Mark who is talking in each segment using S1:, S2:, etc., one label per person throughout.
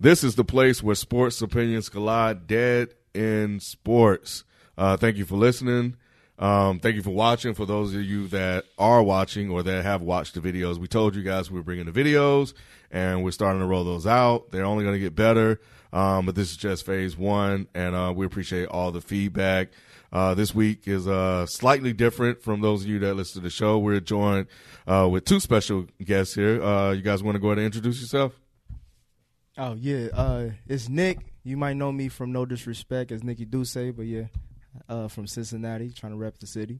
S1: This is the place where sports opinions collide, dead in sports. Uh, thank you for listening. Um, thank you for watching. For those of you that are watching or that have watched the videos, we told you guys we were bringing the videos and we're starting to roll those out. They're only going to get better. Um, but this is just phase one, and uh, we appreciate all the feedback. Uh, this week is uh, slightly different from those of you that listen to the show. We're joined uh, with two special guests here. Uh, you guys want to go ahead and introduce yourself?
S2: Oh yeah, uh, it's Nick. You might know me from No Disrespect as Nicky Duce, but yeah, uh, from Cincinnati, trying to rep the city.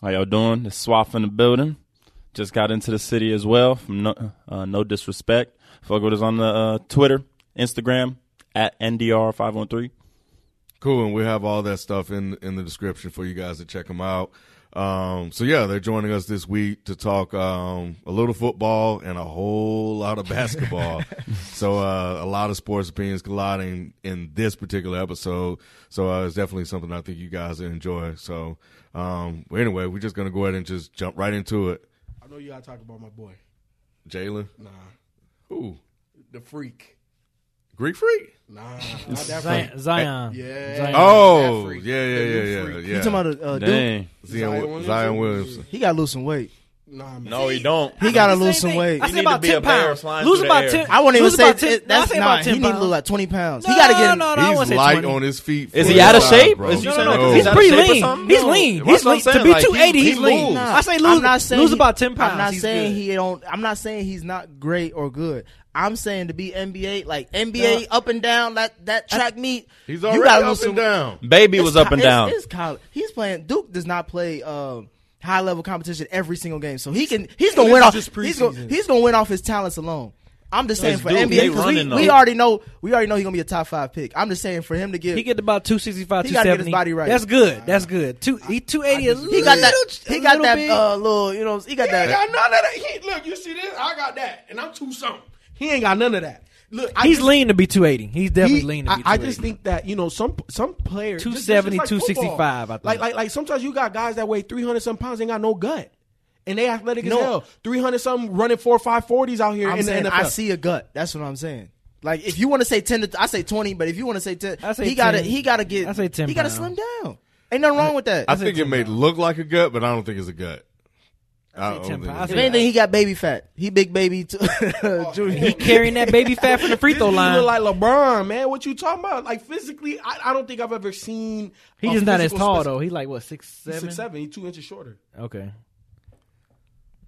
S3: How y'all doing? It's Swaff in the building. Just got into the city as well. From no, uh, no disrespect, fuck with us on the uh, Twitter, Instagram at ndr five one three.
S1: Cool, and we have all that stuff in in the description for you guys to check them out. Um, so yeah, they're joining us this week to talk um, a little football and a whole lot of basketball. so uh, a lot of sports opinions colliding in this particular episode. So uh, it's definitely something I think you guys enjoy. So um, well, anyway, we're just gonna go ahead and just jump right into it.
S4: I know you gotta talk about my boy.
S1: Jalen,
S4: Nah.
S1: who
S4: The freak.
S1: Greek Freak?
S4: Nah. Not that freak.
S5: Zion. Zion.
S4: Yeah.
S5: Zion.
S1: Oh,
S4: That freak.
S1: yeah, yeah,
S4: The
S1: yeah,
S4: new
S1: yeah,
S4: freak.
S1: yeah.
S2: You talking about a uh, dude?
S3: Dang,
S1: Zion, Zion, Williamson.
S4: Zion Williamson?
S2: He got to lose some weight.
S4: Nah, man.
S3: no, he don't.
S2: He got to lose some weight.
S5: I
S3: You
S5: said
S3: need to
S5: about
S3: be a
S5: ten
S3: bear
S5: pounds.
S3: flying
S5: Lose
S3: through the
S5: about
S3: air.
S5: ten.
S2: I wouldn't even
S5: lose
S2: say
S5: about ten.
S2: it- that's
S5: no, I say
S2: not.
S5: about
S2: He
S5: ten
S2: need to
S5: pounds.
S2: lose like twenty pounds.
S5: No,
S2: he got to get.
S5: no, no, I wouldn't
S1: He's
S5: say
S1: light
S5: 20.
S1: on his feet.
S3: Is
S1: for
S3: he out of
S1: his size,
S3: shape?
S1: bro. oh,
S3: Is you
S5: No,
S3: saying
S5: no,
S3: that
S5: no.
S3: he's
S5: He's
S3: out of
S5: pretty
S3: shape or
S5: lean.
S3: something?
S5: He's
S3: No.
S5: lean.
S3: That's
S5: He's
S3: what I'm
S5: lean. To
S3: saying,
S5: be
S3: like, he-
S5: 280, he's
S3: he's
S5: lean.
S3: lean.
S5: I say lose.
S2: I'm not saying
S5: lose
S2: he-
S5: about ten pounds.
S2: I'm not
S5: He's
S2: saying
S5: good.
S2: he don't. I'm not saying he's not great or good. I'm saying to be NBA like NBA up and down that that track meet.
S1: He's
S2: you
S1: already
S2: gotta
S1: up
S2: lose
S1: and
S2: some-
S1: down.
S3: Baby was
S2: It's
S3: up and
S2: co-
S3: down.
S2: It's, it's college. He's playing. Duke does not play um, high level competition every single game, so he can. He's gonna
S4: This
S2: win
S4: is
S2: off.
S4: just
S2: He's gonna,
S4: preseason.
S2: he's gonna win off his talents alone. I'm just saying
S3: it's
S2: for
S3: Duke.
S2: NBA
S3: They
S2: because we,
S3: running,
S2: we
S3: though.
S2: already know we already know he's gonna be a top five pick. I'm just saying for him to get
S5: He get about 265,
S2: He gotta get
S5: 270.
S2: his body right.
S5: That's good. That's good. Two, he 280 a little
S2: he got that he
S5: a
S2: got
S5: little
S2: that
S5: bit.
S2: uh, little you know he got
S4: He ain't
S2: that
S4: got none of that. He, look, you see this? I got that. And I'm two something. He ain't got none of that. Look, I
S5: He's
S4: just-
S5: lean to be 280. He's definitely
S4: He-
S5: lean to be
S4: I,
S5: 280.
S4: I just think that you know some some players just- just
S5: 270,
S4: like football.
S5: 265, I think.
S4: Like like like sometimes you got guys that weigh three hundred some pounds ain't got no gut, and they athletic
S2: No.
S4: as hell. Three hundred some running four five forties out here
S2: I'm
S4: in
S2: saying
S4: the NFL.
S2: I see a gut. That's what I'm saying. Like if you want to say ten to I say twenty, but if you want to say ten,
S5: I say
S2: he gotta
S5: 10.
S2: he gotta get
S5: I say 10
S2: He gotta
S5: pounds.
S2: slim down. Ain't nothing wrong with that.
S1: I think it may look like a gut, but I don't think it's a gut. I
S5: say
S1: don't
S5: temper. I
S1: think
S2: if
S5: say
S1: it's a gut.
S2: anything, he got baby fat. He big baby too.
S4: Oh,
S2: Junior.
S5: he carrying that baby fat from the free
S4: This
S5: throw
S4: dude
S5: line.
S4: look like LeBron, man. What you talking about? Like physically, I, I don't think I've ever seen.
S5: he
S4: a
S5: just not as
S4: physical
S5: tall
S4: spec-
S5: though. He like what six seven?
S4: Six seven. He's two inches shorter.
S5: Okay.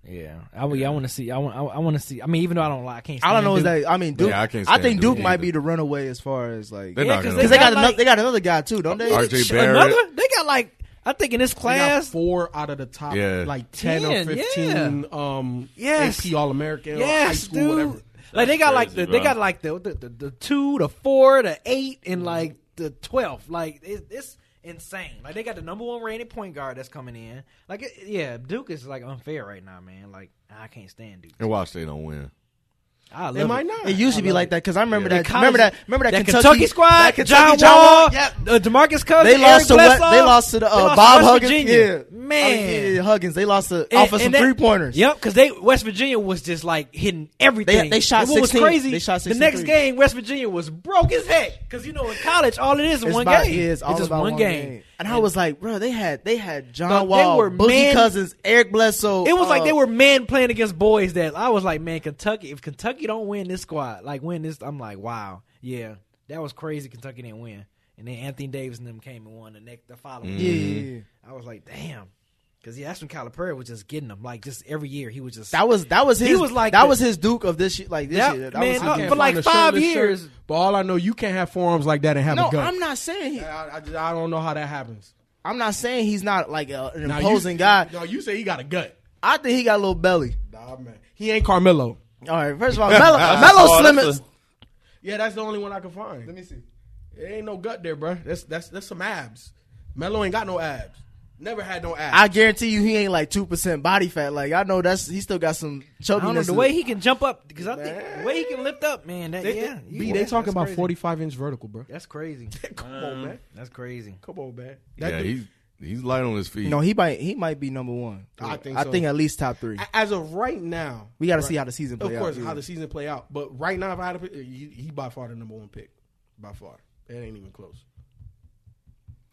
S5: Yeah, I, w- yeah, I want to see. I want. I, want to see. I mean, even though I don't like, I can't.
S2: I don't
S5: stand
S2: know is
S5: Duke.
S2: that I mean Duke.
S1: Yeah, I
S2: I,
S1: can't stand
S2: think
S1: Duke
S2: Duke might
S1: either.
S2: be the runaway as far as like
S1: They're
S2: because
S5: Yeah,
S1: not
S5: 'cause
S1: gonna
S5: they
S1: do
S2: they got
S5: Not
S2: another,
S5: like-
S2: they got another guy too, don't they?
S1: RJ
S5: Sh-
S1: Barrett.
S5: Another? They got like I think in this
S4: They got
S5: class.
S4: four out of the top,
S1: Yeah.
S4: like ten, or
S5: 10,
S4: fifteen. Um,
S5: Yes.
S4: AP All American, high
S5: Yes,
S4: school,
S5: dude.
S4: whatever.
S5: Like they got like
S3: crazy,
S5: the,
S3: bro.
S5: they got like the the, the the two, the four, the eight,
S4: Mm-hmm.
S5: and like the twelve. Like it, it's insane. Like they got the number one rated point guard that's coming in. Like it, yeah, Duke is like unfair right now, man. Like I can't stand Duke.
S1: And watch they don't win.
S5: I love
S4: They might
S5: it.
S4: not.
S2: It used to be like that because I remember
S1: Yeah.
S2: that. Remember that. Remember that,
S5: That Kentucky, squad,
S2: that Kentucky
S5: John, Wall,
S2: yeah.
S5: uh, Demarcus Cousins,
S2: They lost to
S5: Eric
S2: West,
S5: Bledsoe,
S2: they lost to the, uh,
S5: they lost to
S2: Bob
S5: West
S2: Huggins.
S5: Virginia.
S2: Yeah,
S5: man,
S2: Oh, yeah, Huggins. They lost to
S5: And-
S2: off of
S5: and
S2: some
S5: that-
S2: three pointers.
S5: Yep, because they West Virginia was just like hitting everything.
S2: they shot
S5: And what
S2: 16
S5: was crazy.
S2: they shot
S5: the
S2: 16
S5: next
S2: threes.
S5: game, West Virginia was broke as heck. Because you know in college, all it is is
S2: It's
S5: one
S2: about-
S5: game.
S2: yeah, it's all
S5: just
S2: about
S5: one, game.
S2: And I was like, bro, they had they had John
S5: Dog, they
S2: Wall,
S5: were
S2: Boogie
S5: man-
S2: Cousins, Eric Bledsoe.
S5: It was like
S2: uh,
S5: they were men playing against boys. That I was like, man, Kentucky. If Kentucky don't win this squad, like win this, I'm like, wow, yeah, that was crazy. Kentucky didn't win, and then Anthony Davis and them came and won the next the following.
S2: Yeah,
S5: year.
S2: Mm. yeah, yeah.
S5: I was like, damn, because yeah, that's when Calipari was just getting them. Like just every year, he was just
S2: That was that was
S5: He
S2: his.
S5: was like
S2: that
S5: the-
S2: was his Duke of this year. Like this
S5: Yep,
S2: year. That
S5: man,
S2: was his
S5: I-
S2: Duke.
S5: for like
S4: Find a
S5: five
S4: shirtless
S5: years.
S4: shirt, but all I know, you can't have forearms like that and have
S2: no,
S4: a gun.
S2: I'm not saying he,
S4: I, I- I don't know how that happens.
S2: I'm not saying he's not like a, an
S4: Now, you-
S2: imposing guy.
S4: No, you say he got a gut.
S2: I think he got a little belly.
S4: Nah, man. He ain't Carmelo.
S2: All right, first of all, Melo, Melo
S3: Oh,
S2: slim.
S3: that's a-
S2: as-
S4: Yeah, that's the only one I can find.
S2: Let me see.
S4: It ain't no gut there, bruh. That's that's that's some abs. Melo ain't got no abs. Never had no abs.
S2: I guarantee you, he ain't like two percent body fat. Like I know that's he still got some
S5: I
S2: chubby.
S5: don't know the way he can jump up because I think the way he can lift up, man. That,
S4: they,
S5: yeah,
S4: they,
S5: you-
S4: B, they
S5: that's-
S4: talking
S5: that's
S4: about
S5: crazy.
S4: forty five inch vertical, bro.
S5: That's crazy.
S4: Come on, man.
S5: That's crazy.
S4: Come on, man. That
S1: Yeah,
S4: dude-
S1: he's he's light on his feet.
S2: No, he might he might be number one.
S4: I think
S2: I
S4: so.
S2: think at least top three.
S4: A- as of right now,
S2: we got to see how the season
S4: of
S2: plays.
S4: course how the season play out. But right now, if I had to, pick, he, he by far the number one pick, by far. It ain't even close.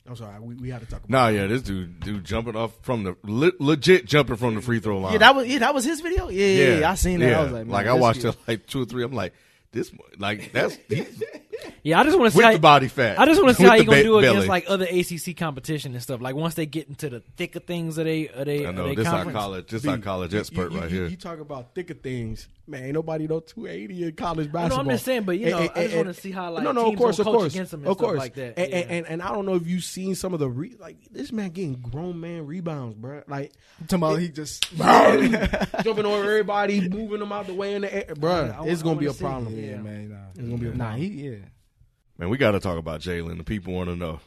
S4: I'm sorry, we, we had to talk about.
S1: Nah, yeah, this dude dude jumping off from the le- legit jumping from the free throw line.
S2: yeah, that was yeah, that was his video. Yeah, yeah, yeah, I seen that. I
S1: yeah.
S2: was like, man,
S1: I
S2: this
S1: watched
S2: kid-
S1: it like two or three. I'm like, this like that's he's
S5: Yeah, I just want to see
S1: With
S5: how
S1: the body fat.
S5: I just want to see
S1: With
S5: how you
S1: the
S5: gonna
S1: ba-
S5: do against
S1: belly.
S5: like other ACC competition and stuff. Like once they get into the thick of things, of they of they
S1: I
S5: of
S1: know
S5: they
S1: this our
S5: conference.
S1: college this our college expert
S4: you, you,
S1: right
S4: you,
S1: here.
S4: You talk about thicker things, man. Ain't nobody know 280 in college
S5: I'm
S4: basketball.
S5: just saying, but, you
S4: And-
S5: know,
S4: and-
S5: I just
S4: and-
S5: wanna see how, like,
S4: no, no,
S5: teams
S4: of course,
S5: gonna
S4: of
S5: coach
S4: course,
S5: against them and
S4: of
S5: stuff
S4: course.
S5: like that.
S4: And,
S5: Yeah.
S4: and, and and I don't know if you've seen some of the re- like this man getting grown man rebounds, bro. Like
S2: Tomorrow he just
S4: jumping over everybody, moving them out the way in the air, bro.
S5: I wa-
S4: It's
S5: I
S4: gonna be a
S5: wanna see,
S4: problem,
S5: yeah.
S4: man.
S2: man. Nah,
S4: It's gonna be a
S2: nah,
S4: problem.
S2: he yeah.
S1: Man, we got to talk about Jalen. The people want to know.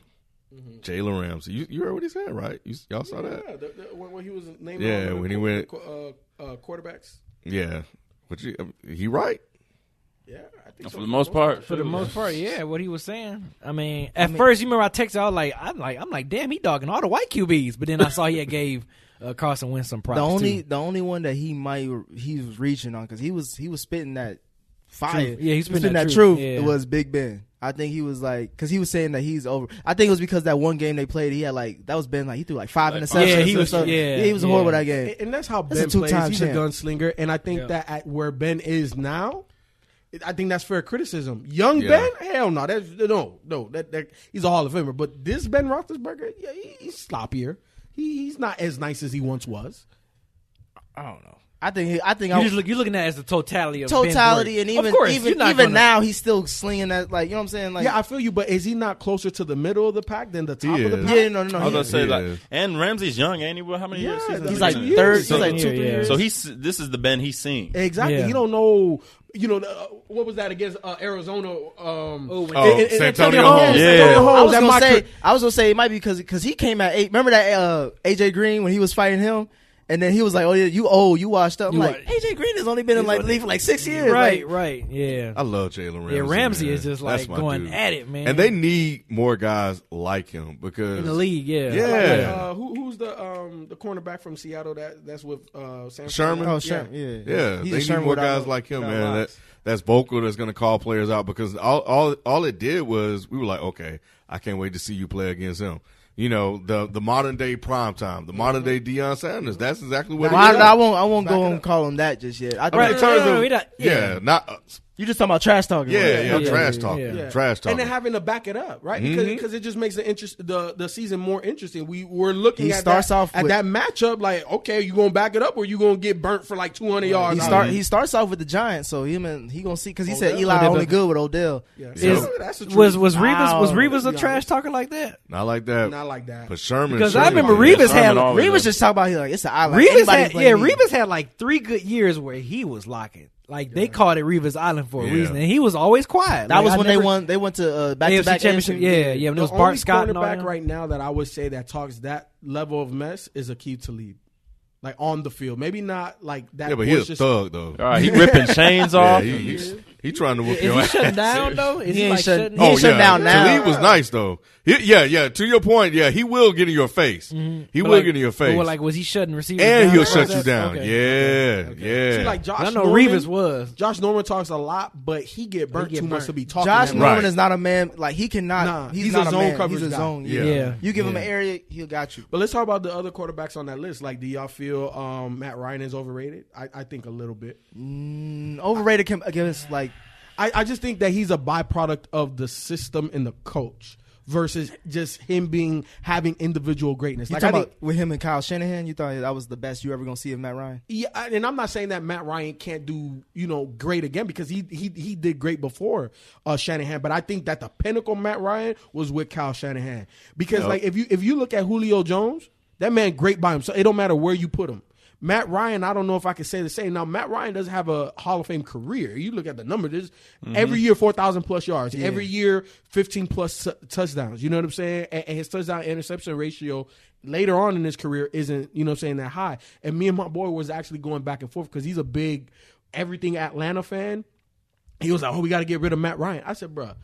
S1: Jalen Ramsey, you, you heard what he said, right? You, y'all saw
S4: Yeah,
S1: that?
S4: the, the, when, when he was named.
S1: Yeah,
S4: all the
S1: when he
S4: qu-
S1: went-
S4: qu- Uh, uh, quarterbacks.
S1: Yeah, but you, um, he right.
S4: Yeah, I think so.
S3: For the most part,
S5: For the most part, yeah, what he was saying. I mean, at first, you remember I texted, I was like, I'm like, I'm like, damn, he dogging all the white QBs. But then I saw he had gave uh, Carson Wentz some props.
S2: The only
S5: too.
S2: the only one that he might he was reaching on because he was he was spitting that fire.
S5: Truth. Yeah, he was spitting that truth.
S2: truth.
S5: Yeah.
S2: It was Big Ben. I think he was like because he was saying that he's over. I think it was because that one game they played, he had like that was Ben like he threw like five
S3: Like
S2: interceptions.
S3: five
S5: Yeah, he
S2: or
S5: was-
S2: something.
S5: yeah,
S2: he was
S5: yeah.
S2: horrible that game.
S4: And, and that's how
S2: That's a
S4: Ben plays.
S2: two-time
S4: He's
S2: champ.
S4: a gunslinger, and I think
S5: Yeah.
S4: that at where Ben is now, it- I think that's fair criticism. Young
S1: Yeah.
S4: Ben, hell no, that's no, no, that, that he's a Hall of Famer. But this Ben Roethlisberger, yeah, he, he's sloppier. He, he's not as nice as he once was.
S2: I don't know. I think he, I think
S5: you
S2: I,
S5: just look, you're looking at it as the totality of Ben's
S2: totality
S5: work.
S2: and
S5: Of
S2: even
S5: course, you're
S2: even
S5: not
S2: even
S5: gonna-
S2: now he's still slinging that like you know what I'm saying like
S4: yeah, I feel you, but is he not closer to the middle of the pack than the top of the
S1: is.
S4: pack?
S2: yeah no no no
S3: I was gonna
S2: he-
S3: say
S1: Yeah.
S3: like, and Ramsey's young, ain't he? Well, how many years?
S4: Yeah,
S2: he's
S3: in
S2: like
S3: the league?
S2: third
S3: So,
S2: he's like two
S5: Yeah,
S2: three
S5: yeah.
S2: years
S3: so he's this is the Ben he's seen.
S4: Exactly.
S5: Yeah.
S4: You don't know. You know uh, what was that against uh, Arizona? Um,
S5: Oh, when-
S1: Oh,
S4: and- and-
S1: San
S4: and
S1: Antonio Holmes.
S3: Yeah.
S4: Antonio Holmes,
S2: I was
S4: that
S2: gonna
S4: mock-
S2: say, I was gonna say it might be because he came at eight. Remember that uh, AJ Green when he was fighting him, and then he was like, "Oh yeah, you old, you washed up." I'm
S5: You
S2: like AJ Green has only been in like the league for like six years.
S5: right,
S2: Like,
S5: right, yeah.
S1: I love Jalen Ramsey.
S5: Yeah, Ramsey
S1: man.
S5: is just,
S1: That's
S5: like,
S1: my
S5: going at it, man.
S1: And they need more guys like him because
S5: In the league, yeah,
S1: Yeah.
S4: Uh, who, who's the um the cornerback from Seattle that that's with uh, San
S1: Sherman?
S4: Fran?
S2: Oh, Sherman, yeah.
S1: Yeah,
S2: He's
S1: they
S2: a
S1: need
S2: Sherman
S1: more
S2: without-
S1: guys like him,
S2: without
S1: man. That,
S2: locks.
S1: that's vocal that's going to call players out because all, all all it did was we were like, okay, I can't wait to see you play against him. You know, the the modern day prime time, the modern day Deion Sanders. That's exactly what.
S2: Well,
S1: it
S2: I,
S1: is.
S2: I won't, I won't go and call him that just yet. I think
S1: I mean, in
S5: Right.
S1: terms
S5: no, no,
S1: of-
S5: we not-
S1: yeah,
S5: yeah.
S1: not uh,
S2: you just talking about trash talking.
S1: yeah,
S2: right?
S1: yeah,
S5: yeah,
S1: trash
S5: yeah,
S1: talk,
S5: yeah.
S1: trash Mm-hmm. talk.
S4: And then having to back it up, right? Because because it just makes the interest the, the season more interesting. We were looking
S2: He
S4: at
S2: starts
S4: that,
S2: off
S4: at
S2: with-
S4: that matchup like, okay, you gonna back it up or you gonna get burnt for like two hundred yards?
S2: He start, he starts off with the Giants, so him and he gonna see because he said
S4: Odell.
S2: Eli
S5: Odell.
S2: only good with Odell.
S4: Yeah.
S1: So-
S5: Is-
S4: Yeah, that's the
S5: was
S4: truth.
S5: was Revis was
S2: Wow.
S5: Revis a
S4: Yeah.
S5: trash talker like that?
S1: not like that,
S4: Not like that.
S1: But Sherman,
S5: Because I
S1: Sherman
S5: remember
S1: did.
S5: Revis had
S3: Sherman always
S2: Revis
S3: does.
S2: just talk about he like it's an eye. Like,
S5: Revis
S2: anybody
S5: had
S2: play
S5: yeah,
S2: me.
S5: Revis had like three good years where he was locking. Like they called it Revis Island for a
S1: Yeah.
S5: reason, and he was always quiet.
S2: That
S5: Like,
S2: was
S5: I
S2: when
S5: never-
S2: they won. They went to uh, back to
S5: AFC
S2: back
S5: championship. Yeah, yeah. When it was
S4: the
S5: Bart
S4: only
S5: Scott and all
S4: cornerback
S5: them.
S4: right now that I would say that talks that level of mess is Akeem Talib, like on the field. Maybe not like that.
S1: Yeah, but he's a
S4: boisterous-
S1: thug though.
S3: All right, he ripping chains
S1: Yeah,
S3: off.
S1: he, he's- he trying to whoop
S5: Is
S1: your
S5: he
S1: ass.
S5: shutting down though? Is
S2: He
S5: he,
S2: ain't
S5: like
S2: shut-
S1: Oh,
S5: shutting?
S2: he ain't
S5: down?
S2: shut down now.
S1: Talib was nice though. He- yeah, yeah. To your point, yeah, he will get in your face. He
S5: But,
S1: will
S5: like-
S1: get in your
S5: but,
S1: face,
S5: Like was he shutting receivers?
S1: and
S5: down
S1: he'll
S5: like
S1: shut
S5: that?
S1: you down.
S5: Okay.
S1: Yeah, yeah.
S4: See, like Josh
S5: I know
S4: Norman,
S5: Revis was.
S4: Josh Norman talks a lot, but he get burnt
S5: get
S4: too
S5: burnt.
S4: much to be talking.
S2: Josh
S4: that much.
S2: Norman
S1: Right.
S2: is not a man. Like he cannot.
S4: Nah,
S2: he's,
S4: he's
S2: not
S4: a
S2: a
S4: zone
S2: man.
S4: coverage
S2: he's a
S4: guy.
S2: zone.
S1: Yeah.
S5: Yeah.
S2: You give him
S5: Yeah.
S2: an area, he'll got you.
S4: But let's talk about the other quarterbacks on that list. Like, do y'all feel um, Matt Ryan is overrated? I, I think a little bit.
S2: Mm, Overrated com- against like
S4: I, I just think that he's a byproduct of the system and the coach versus just him being having individual greatness.
S2: you
S4: Like, I
S2: talking
S4: think,
S2: about with him and Kyle Shanahan. You thought that was the best you ever gonna see of Matt Ryan.
S4: yeah, I- and I'm not saying that Matt Ryan can't do you know great again because he he he did great before uh, Shanahan, but I think that the pinnacle Matt Ryan was with Kyle Shanahan because like if you if you look at Julio Jones, that man great by himself. It don't matter where you put him. Matt Ryan, I don't know if I can say the same. Now, Matt Ryan doesn't have a Hall of Fame career. You look at the number, there's every year 4,000 plus yards, every year 15 plus t- touchdowns. You know what I'm saying? And, and his touchdown interception ratio later on in his career isn't, you know what I'm saying, that high. And me and my boy was actually going back and forth because he's a big everything Atlanta fan. He was like, "Oh, we got to get rid of Matt Ryan." I said, "Bruh,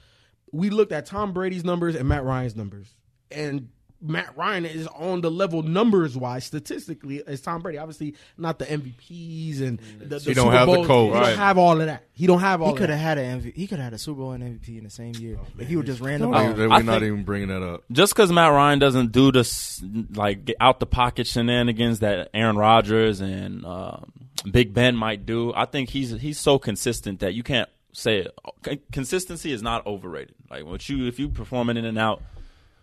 S4: we looked at Tom Brady's numbers and Matt Ryan's numbers, and Matt Ryan is on the level numbers wise statistically as Tom Brady. Obviously, not the MVPs and the, the
S1: He Mm. don't
S4: Super
S1: have the
S4: Bowls.
S1: code,
S4: He
S1: right.
S4: don't have all of that. He don't have all.
S2: He
S4: of
S2: could have had
S4: that.
S2: an MV, he could have had a Super Bowl and MVP in the same year if he would just ran the
S1: Like,
S2: ball.
S1: we're
S3: I
S1: not
S3: think-
S1: even bringing that up.
S3: just because Matt Ryan doesn't do this like get out the pocket shenanigans that Aaron Rodgers and um Big Ben might do, I think he's he's so consistent that you can't say it. Con- consistency is not overrated. Like what you if you performing in and out,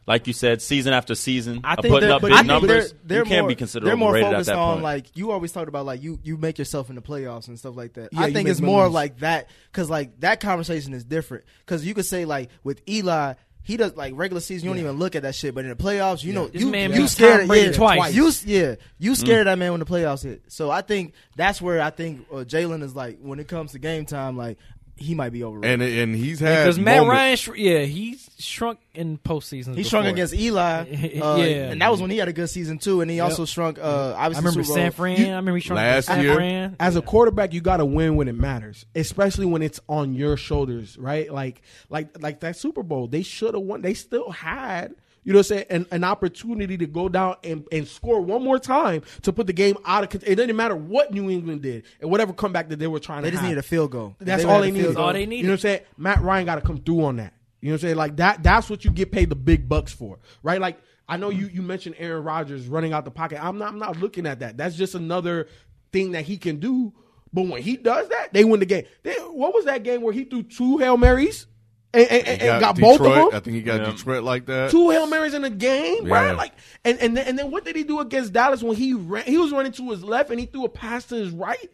S3: like you said, season after season,
S2: I
S3: uh,
S2: think
S3: putting
S2: they're-
S3: up
S2: but
S3: big
S2: I think
S3: numbers,
S2: they're- they're
S3: you can't
S2: more-
S3: be considered
S2: They're more
S3: overrated
S2: focused
S3: at that
S2: on
S3: point.
S2: like you always talked about like you you make yourself in the playoffs and stuff like that.
S4: Yeah,
S2: I
S4: you
S2: think
S4: make
S2: it's more
S4: memories.
S2: like that because like that conversation is different because you could say like with Eli. He does like regular season. You don't even look at that shit, but in the playoffs, you know,
S5: This
S2: you
S5: man
S2: you
S5: beat
S2: scared
S5: Tom
S2: of-
S5: Brady
S2: yeah,
S5: twice.
S2: You yeah, you scared of that man when the playoffs hit. So I think that's where I think uh, Jalen is like when it comes to game time, like he might be
S1: And
S2: overrated.
S1: and he's had
S5: Because Matt
S1: moments-
S5: Ryan, sh- yeah, he's shrunk in postseason.
S2: He shrunk against Eli, uh,
S5: Yeah.
S2: and that was when he had a good season too. And he also shrunk. Uh, obviously,
S5: I remember
S2: Super Bowl.
S5: San Fran. I remember he shrunk
S1: Last
S5: against San
S1: year-
S5: Fran.
S4: As a quarterback, you got to win when it matters, especially when it's on your shoulders, right? Like, like, like that Super Bowl, they should have won. They still had, you know, what I'm saying an, an opportunity to go down and, and score one more time to put the game out of. con- It didn't matter what New England did and whatever comeback that they were trying
S2: They
S4: to.
S2: just
S4: have.
S2: needed a field goal. If
S4: That's
S2: they would have
S4: all they
S2: a field
S4: needed.
S2: goal-
S5: all they
S4: You know what I'm
S5: needed.
S4: saying? Matt Ryan got to come through on that. You know what I'm saying? Like that. That's what you get paid the big bucks for, right? Like I know you you mentioned Aaron Rodgers running out the pocket. I'm not I'm not looking at that. That's just another thing that he can do. But when he does that, they win the game. They, what was that game where he threw two hail marys and, and, and,
S1: He
S4: and got,
S1: Detroit.
S4: both of them?
S1: I think he got Detroit like that.
S4: two hail marys in a game,
S1: Yeah.
S4: right? Like, and and then, and then what did he do against Dallas when he ran? He was running to his left and he threw a pass to his right.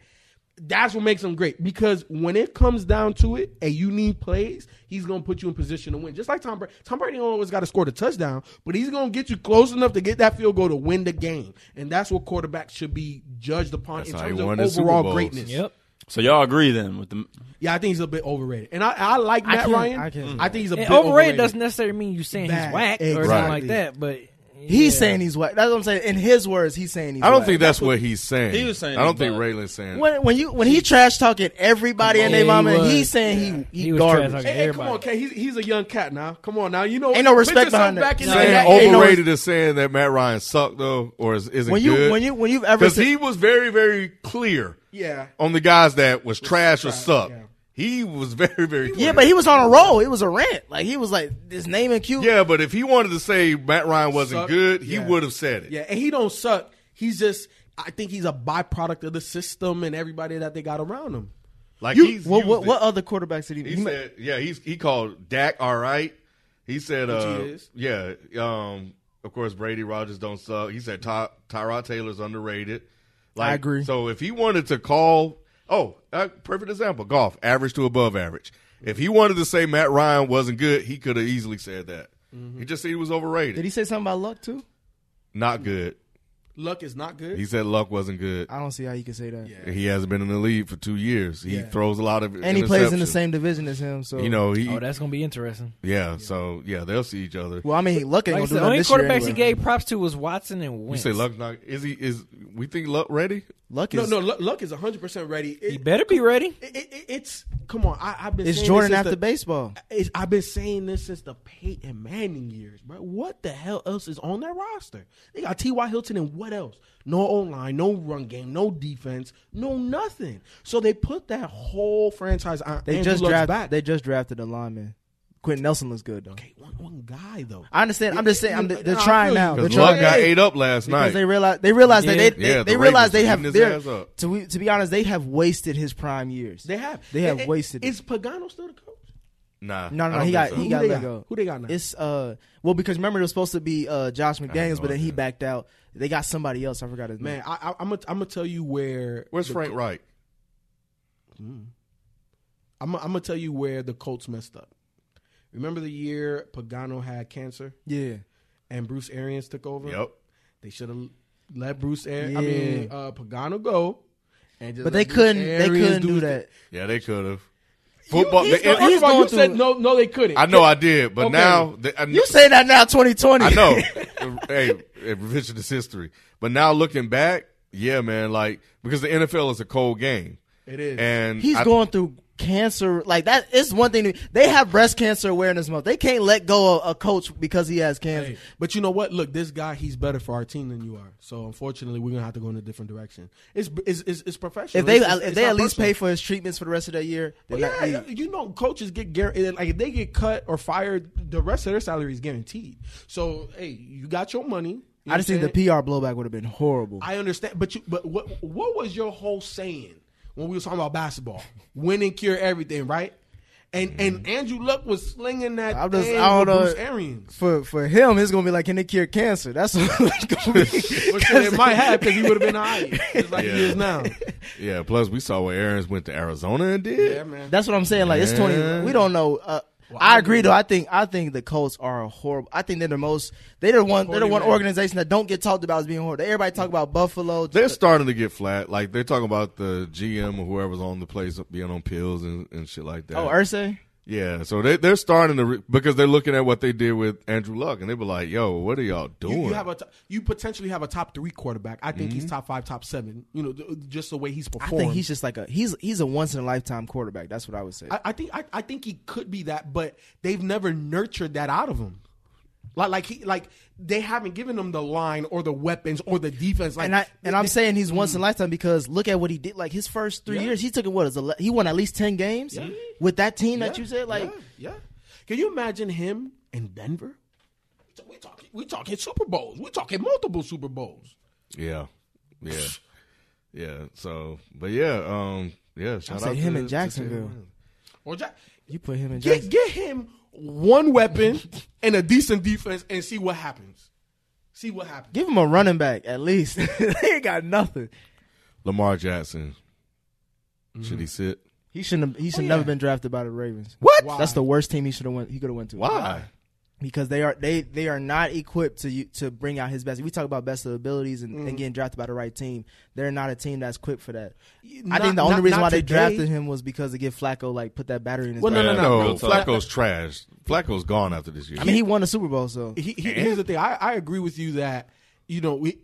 S4: That's what makes him great because when it comes down to it, and you need plays, he's gonna put you in position to win. Just like Tom Brady, Tom Brady don't always got to score the touchdown, but he's gonna get you close enough to get that field goal to win the game, and that's what quarterbacks should be judged upon in
S1: how he
S4: terms
S1: won the
S4: of
S1: Super Bowls.
S4: overall greatness.
S5: Yep.
S3: so y'all agree then with the
S4: Yeah, I think he's a bit overrated, and I, I like Matt
S2: can't-
S4: Ryan.
S2: I
S4: I,
S2: can't-
S4: think he's a
S5: And
S4: bit
S5: overrated,
S4: overrated.
S5: doesn't necessarily mean you saying
S4: Bad.
S5: he's whack or
S4: Right.
S5: something like that. But
S2: He's
S5: yeah.
S2: saying he's whack. That's what I'm saying. In his words, he's saying he's.
S1: I don't
S2: whack.
S1: think that's what he's saying.
S3: He was saying
S1: I don't
S3: he's
S1: think
S3: bad.
S1: Raylan's saying.
S2: when when you when he trash talking everybody and
S5: Yeah,
S2: their
S5: he
S2: mama,
S5: was.
S2: he's saying he he,
S5: He was
S2: garbage.
S5: trash
S4: Hey,
S5: talking.
S4: hey, come
S5: Everybody.
S4: on, K. He's, he's a young cat now. Come on now. You know,
S2: Ain't no
S4: put
S2: respect
S4: yourself
S2: behind
S4: back
S2: it.
S4: in
S2: No,
S4: the
S1: saying
S4: day.
S2: that ain't no-
S1: overrated is saying that Matt Ryan sucked though, or is, isn't
S2: When you-
S1: good.
S2: when you- when you've ever
S1: because
S2: said-
S1: he was very very clear.
S4: Yeah.
S1: on the guys that was trash or
S4: trash,
S1: sucked.
S4: yeah.
S1: He was very very clear.
S2: Yeah, but he was on a roll. It was a rant. Like he was like this name and cute.
S1: yeah, but if he wanted to say Matt Ryan wasn't
S4: Suck.
S1: good, he
S4: Yeah.
S1: would have said it.
S4: Yeah, and he don't suck. He's just, I think he's a byproduct of the system and everybody that they got around him.
S1: Like
S2: You-
S1: he's
S2: what,
S1: used
S2: what
S1: it.
S2: what other quarterbacks did he?
S1: He
S2: he ma-
S1: said, yeah, he's he called Dak all right. He said, uh,
S4: he is.
S1: yeah, um, of course Brady Rogers don't suck. He said Ty, Tyrod Taylor's underrated. Like,
S2: I agree.
S1: So if he wanted to call, oh, uh, perfect example, golf, average to above average. If he wanted to say Matt Ryan wasn't good, he could have easily said that.
S4: Mm-hmm.
S1: He just said he was overrated,
S2: did he say something about luck too?
S1: not good.
S4: Luck is not good.
S1: He said luck wasn't good.
S2: I don't see how you can say that.
S1: He hasn't been in the league for two years. He throws a lot of
S2: And he plays in the
S1: interceptions.
S2: same division as him, so
S1: You know, he
S5: Oh, that's gonna be interesting.
S1: yeah. So yeah, they'll see each other.
S2: Well, I mean, Luck ain't
S5: Like I
S2: gonna do
S5: said, the
S2: nothing
S5: only
S2: this year.
S5: quarterbacks he
S2: anyway.
S5: gave props to was Watson and
S1: You
S5: Wentz.
S1: say Luck not is he is we think Luck ready?
S2: Luck
S4: no,
S2: is
S4: no, Luck, Luck is 100% ready. It,
S5: He better be ready.
S4: it, it, it- it's, come on, I, I've been
S2: It's
S4: saying
S2: Jordan
S4: this since
S2: after
S4: the-
S2: baseball.
S4: It's, I've been saying this since the Peyton Manning years, bro. What the hell else is on that roster? They got T.Y. Hilton and what else? No O line, no run game, no defense, no nothing. So they put that whole franchise on
S2: They
S4: Andrew
S2: just
S4: Luck's
S2: drafted.
S4: back.
S2: They just drafted a lineman. Quentin Nelson looks good though.
S4: okay, one, one guy though.
S2: I understand. I'm just saying. I'm,
S4: Yeah,
S2: they're
S4: nah, I
S2: trying
S4: feel
S2: now.
S4: you.
S2: Oh, They're
S1: Because
S2: trying
S1: Luck got ate up last
S2: because
S1: night.
S2: they realize they realize that they
S5: Yeah.
S2: they,
S1: Yeah, the
S2: they
S1: Ravens
S2: realize they
S1: beating
S2: have
S1: his
S2: their,
S1: ass up.
S2: to be- to be honest they have wasted his prime years.
S4: They have.
S2: They have
S4: And- and
S2: wasted it.
S4: Is Pagano still the coach?
S1: nah,
S2: no,
S1: I
S2: no, no
S1: don't
S2: he
S1: think
S2: got
S1: so.
S2: he
S4: Who
S2: got
S4: they
S2: let
S4: got?
S2: go.
S4: Who they got now?
S2: It's uh well because remember it was supposed to be uh Josh McDaniels, but then he backed out. They got somebody else. I forgot his
S4: Man,
S2: name.
S4: I, I, I'm gonna I'm gonna tell you where.
S1: Where's
S4: the-
S1: Frank Reich?
S4: I'm gonna I'm gonna tell you where the Colts messed up. Remember the year Pagano had cancer
S2: Yeah,
S4: and Bruce Arians took over.
S1: Yep.
S4: They should have let Bruce Aaron. I
S2: Yeah.
S4: mean, uh, Pagano go. And just
S2: But
S4: let
S2: they
S4: Bruce
S2: couldn't. They
S4: Arians
S2: couldn't do
S4: his-
S2: that.
S1: Yeah, they could have. Football.
S4: He's
S1: they-
S4: go-
S2: he's
S4: first of all,
S2: going
S4: you said
S2: through-
S4: no, no, they couldn't.
S1: I know I did, but
S4: Okay.
S1: now they, I,
S2: You say that now, 2020.
S1: I know. hey, hey, revisionist history. But now looking back, yeah, man, like because the NFL is a cold game.
S4: It is.
S1: and
S2: He's
S1: I-
S2: going through cancer. Like that is one thing. To, they have breast cancer awareness month. They can't let go of a coach because he has cancer.
S4: Hey, but you know what? Look, this guy, he's better for our team than you are. So unfortunately, we're gonna have to go in a different direction. It's it's it's, it's professional.
S2: If they uh,
S4: It's- it's-
S2: if
S4: it's
S2: they
S4: not
S2: at least
S4: personal.
S2: pay for his treatments for the rest of that year, they're
S4: Well,
S2: not-
S4: yeah, you know, coaches get guaranteed. Like if they get cut or fired, the rest of their salary is guaranteed. So hey, you got your money. You know
S2: I just
S4: what I'm
S2: think the
S4: saying?
S2: PR blowback would have been horrible.
S4: I understand, but you, but what what was your whole saying when we was talking about basketball? Winning cure everything, right? And and Andrew Luck was slinging that.
S2: Mm-hmm. I'm just,
S4: thing
S2: I don't
S4: with
S2: know.
S4: Bruce Arians.
S2: For for him, it's gonna be like, can it cure cancer? That's what it's gonna be.
S4: Which it might have because he would have been high, just like
S1: Yeah.
S4: he is now.
S1: yeah. Plus, we saw what Aaron's went to Arizona and did.
S4: Yeah, man.
S2: That's what I'm saying. Like it's
S1: Yeah.
S2: twenty. We don't know. Uh, I agree though. I think I think the Colts are horrible. I think they're the most. They're the one. They're the
S4: Horny
S2: one
S4: man.
S2: organization that don't get talked about as being horrible. Everybody talk about Buffalo.
S1: They're starting to get flat. Like they're talking about the GM or whoever's on the place being on pills and, and shit like that.
S2: oh, Ursay.
S1: yeah. So they they're starting to re- because they're looking at what they did with Andrew Luck and they were like, "Yo, what are y'all
S4: You,
S1: doing?"
S4: you have a t- you potentially have a top three quarterback. I think he's top five, top seven. You know, th- just the way he's
S2: Mm-hmm. I
S4: performed.
S2: think he's just like a he's he's a once in a lifetime quarterback. That's what I would say.
S4: I, I think I, I think he could be that, but they've never nurtured that out of him. Like like he like they haven't given him the line or the weapons or the defense. Like
S2: and I and I'm
S4: they-
S2: saying he's once in a lifetime because look at what he did. Like his first three years, he took it what is ele- he won at least ten games with that team that
S4: yeah,
S2: you said. Like
S4: yeah, yeah. Can you imagine him in Denver? So We talking we talking Super Bowls. We talking multiple Super Bowls.
S1: yeah, yeah, yeah. So, but yeah, um, yeah. Shout
S2: said
S1: out
S2: him
S1: to-
S2: in
S1: to
S2: Jacksonville.
S1: Jalen.
S4: Or Jack,
S2: you put him in.
S4: get
S2: Jackson.
S4: get him one weapon and a decent defense and see what happens. See what happens.
S2: Give him a running back at least. they ain't got nothing.
S1: Lamar Jackson. Should he sit?
S2: He shouldn't. Have, he should
S4: Oh, yeah.
S2: never been drafted by the Ravens.
S1: What?
S4: Why?
S2: That's the worst team he should have went. He could have went to.
S1: Why?
S2: Because they are they they are not equipped to you, to bring out his best. We talk about best of abilities and,
S4: Mm-hmm.
S2: and getting drafted by the right team. They're not a team that's equipped for that.
S4: Not-
S2: I think the only
S4: not-
S2: reason
S4: not
S2: why they
S4: today.
S2: drafted him was because to get Flacco like put that battery in his.
S4: Well,
S2: back.
S4: no, no,
S1: No,
S4: no.
S1: Flacco's trash. Flacco's gone after this year.
S2: I mean, he won a Super Bowl, so
S4: he, he, here's the thing. I, I agree with you that you know we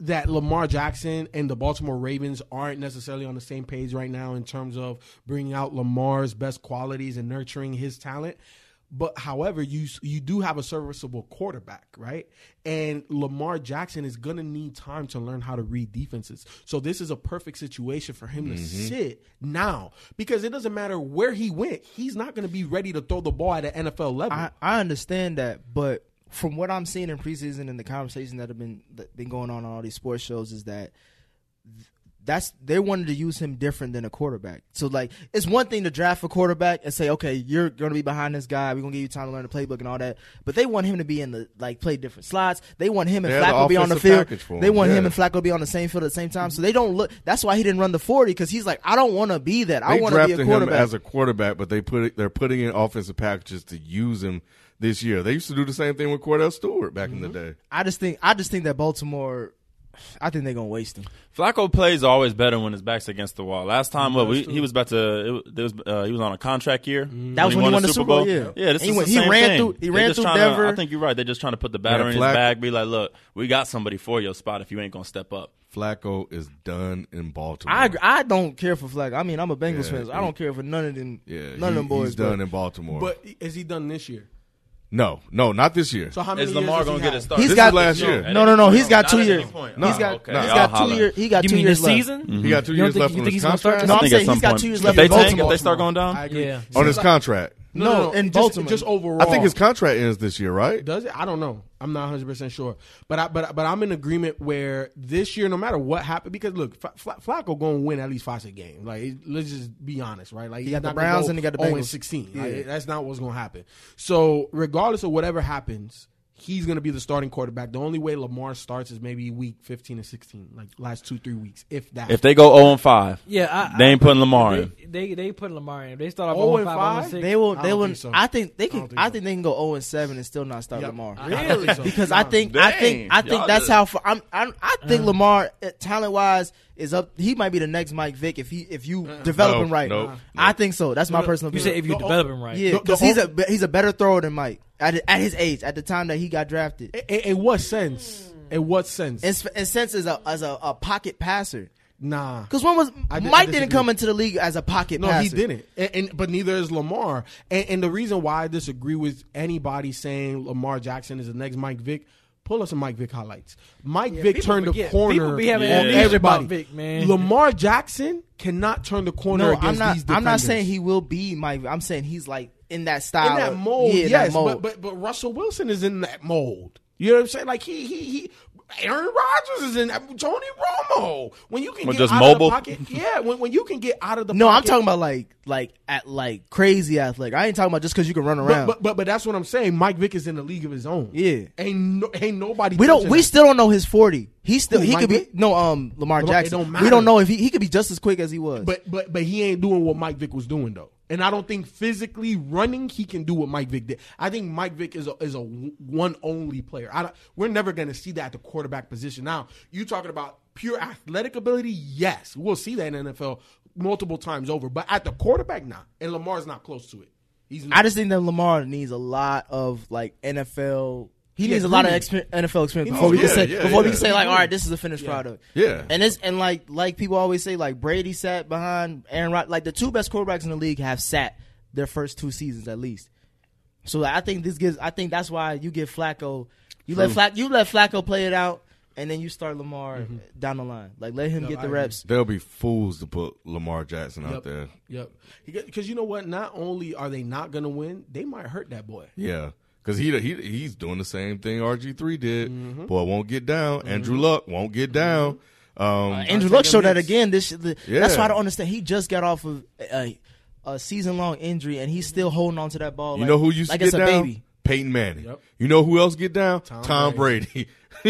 S4: that Lamar Jackson and the Baltimore Ravens aren't necessarily on the same page right now in terms of bringing out Lamar's best qualities and nurturing his talent. But however, you you do have a serviceable quarterback, right? And Lamar Jackson is gonna need time to learn how to read defenses. So this is a perfect situation for him to sit now because it doesn't matter where he went, he's not gonna be ready to throw the ball at an NFL level.
S2: I, I understand that, but from what I'm seeing in preseason and the conversations that have been that been going on on all these sports shows is that th- that's they wanted to use him different than a quarterback. So like it's one thing to draft a quarterback and say, okay, you're going to be behind this guy. We're going to give you time to learn the playbook and all that. But they want him to be in the like play different slots. They want him and
S1: They had the
S2: Flacco be on the
S1: offensive
S2: field.
S1: package for him,
S2: They want
S1: yeah.
S2: him and Flacco be on the same field at the same time. So they don't look. That's why he didn't run the forty because he's like, I don't want to be that. I
S1: They
S2: want to be
S1: drafted
S2: a
S1: him
S2: quarterback.
S1: as a quarterback, but they put it, they're putting in offensive packages to use him this year. They used to do the same thing with Cordell Stewart back in the day.
S2: I just think I just think that Baltimore. I think they're gonna waste him.
S3: Flacco plays always better when his back's against the wall. Last time, what we, he was about to, it, wa- there was, uh, he was on a contract year.
S2: Mm-hmm. That was when he won the Super Bowl, yeah.
S3: yeah.
S2: And
S3: This
S2: he
S3: is
S2: went-
S3: the
S2: he
S3: same
S2: ran
S3: thing.
S2: through- he
S3: They're
S2: ran
S3: just
S2: through
S3: trying to-
S2: Denver.
S3: I think you're right. They're just trying to put the batter
S1: Yeah,
S3: in
S1: Flacco-
S3: his bag. Be like, look, we got somebody for your spot. If you ain't gonna step up,
S1: Flacco is done in Baltimore.
S2: I agree. I don't care for Flag. I mean, I'm a Bengals
S1: Yeah,
S2: fan. So I don't care for none of them.
S1: Yeah,
S2: none of
S1: he-
S2: them boys.
S1: He's done
S2: but
S1: in Baltimore.
S4: But is he done this year?
S1: no, no, not this year.
S4: So how many
S3: is
S4: years
S3: Lamar
S4: does he
S3: gonna get a
S4: have?
S3: start?
S2: He's
S3: This
S2: got
S3: is last
S1: no,
S3: year.
S2: no, no, no. He's got
S3: Not
S2: two
S3: at any
S2: years.
S3: point.
S1: No,
S2: he's got.
S3: okay.
S2: He's
S3: Y'all
S2: got two
S3: hollering.
S2: years. He got
S6: You
S2: two
S6: mean
S2: years
S6: this
S2: left.
S6: season?
S5: Mm-hmm.
S1: he got two
S6: You don't
S1: years
S6: think-
S1: left
S6: you
S1: on
S6: think
S1: his
S6: he's gonna start
S1: contract.
S2: No,
S3: I
S2: I'm
S3: think at
S2: saying
S3: some
S2: he's got
S3: point,
S2: two years
S3: if
S2: left.
S3: they
S2: in
S3: tank, if
S2: Baltimore.
S3: they start going down,
S4: I agree.
S6: Yeah.
S1: on his contract.
S2: No, in
S4: just,
S2: Baltimore.
S4: just overall.
S1: I think his contract ends this year, right?
S4: does it. I don't know. I'm not 100 percent sure. But I but but I'm in agreement where this year, no matter what happened, because look, Fla- Fla- Flacco going to win at least five six games. Like it- let's just be honest, right? Like he
S2: got the Browns and he got the Bengals.
S4: 16. Like, that's not what's going to happen. So regardless of whatever happens. he's going to be the starting quarterback. The only way Lamar starts is maybe week 15 or 16, like last two, three weeks, if that.
S3: If they go 0 and 5,
S5: Yeah, I,
S3: they ain't putting Lamar
S5: I,
S3: in.
S5: they, they they put Lamar in. If They start off
S4: 0
S5: 0
S4: and
S5: 5, 0
S2: They will.
S4: I
S2: They
S4: don't
S2: will.
S4: think so.
S2: I think they
S4: I
S2: can.
S4: don't think
S2: I
S4: so.
S2: think they can go zero and seven and still not start Lamar.
S4: Really?
S2: because I think I think I
S3: Dang.
S2: think
S3: Y'all
S2: that's
S3: just-
S2: how far, I'm, I'm I think Lamar talent wise is up. He might be the next Mike Vick if he if you
S3: Uh.
S2: develop
S1: No,
S2: him right.
S1: nope,
S2: I think so. That's my personal
S5: You
S2: opinion.
S5: said if you develop him right.
S2: yeah,
S4: the-
S2: because
S4: the
S2: he's a be- he's a better thrower than Mike at at his age at the time that he got drafted.
S4: In, in what sense? In what sense?
S2: In, s- in sense as a as a, a pocket passer.
S4: nah.
S2: Because when was
S4: I di- I
S2: Mike didn't
S4: disagree.
S2: come into the league as a pocket
S4: No,
S2: passer?
S4: he didn't. And, and but neither is Lamar. And, and the reason why I disagree with anybody saying Lamar Jackson is the next Mike Vick. Pull us some Mike Vick highlights. Mike Vick
S5: people
S4: turned
S5: forget-
S4: a corner
S5: people be having
S4: on
S5: amnesia
S4: everybody.
S5: about Vick, man.
S4: Lamar Jackson cannot turn the corner
S2: No,
S4: against
S2: I'm not.
S4: these defenders.
S2: I'm not saying he will be Mike. I'm saying he's like in that style,
S4: in that
S2: of-
S4: mold.
S2: Yeah, in
S4: yes,
S2: that mold.
S4: But, but but Russell Wilson is in that mold. You know what I'm saying? Like he he he. Aaron Rodgers is in that. Tony Romo. When you can
S3: Well,
S4: get
S3: just
S4: out
S3: mobile?
S4: of the pocket, yeah. When, when you can get out of the
S2: No,
S4: pocket,
S2: I'm talking about like like at like crazy athletic. I ain't talking about just because you can run
S4: But,
S2: around.
S4: but but but that's what I'm saying. Mike Vick is in a league of his own.
S2: Yeah.
S4: ain't no, ain't nobody.
S2: we don't.
S4: touching
S2: We
S4: that.
S2: still don't know his 40. He still.
S4: Who,
S2: he
S4: Mike
S2: could be
S4: Vick?
S2: no. Um, Lamar
S4: Lamar- it
S2: Jackson.
S4: don't
S2: we
S4: matter.
S2: don't know if he he could be just as quick as he was.
S4: But but but he ain't doing what Mike Vick was doing though. And I don't think physically running he can do what Mike Vick did. I think Mike Vick is a, is a one only player. I don't, we're never going to see that at the quarterback position. Now you talking about pure athletic ability? Yes, we'll see that in the NFL multiple times over. But at the quarterback, not. And Lamar's not close to it. He's not.
S2: I just think that Lamar needs a lot of like NFL. He
S4: Yeah,
S2: needs a lot of
S4: really.
S2: exper- NFL experience
S4: He
S2: before we
S4: needs-
S2: can say
S1: yeah, yeah,
S2: before we
S1: yeah.
S2: can say like, all right, this is a finished product.
S1: Yeah.
S2: and it's and like like people always say like Brady sat behind Aaron Rod. Like the two best quarterbacks in the league have sat their first two seasons at least. So like, I think this gives. I think that's why you get Flacco. You let Flac, you let Flacco play it out, and then you start Lamar
S1: Mm-hmm.
S2: down the line. Like let him get the reps.
S1: There'll be fools to put Lamar Jackson out there.
S4: Yep. Because you know what? Not only are they not going to win, they might hurt that boy.
S1: Yeah, because he, he he's doing the same thing RG three did. Boy won't get down. Andrew Luck won't get down. Um,
S2: Andrew Luck showed that again. This the, that's why I
S1: Yeah.
S2: don't understand. He just got off of a, a season long injury, and he's still holding on to that ball.
S1: you
S2: like-
S1: know who used to
S2: like
S1: get
S2: it's
S1: down?
S2: a baby.
S1: Peyton Manning.
S4: Yep.
S1: You know who else get down? Tom, Brady,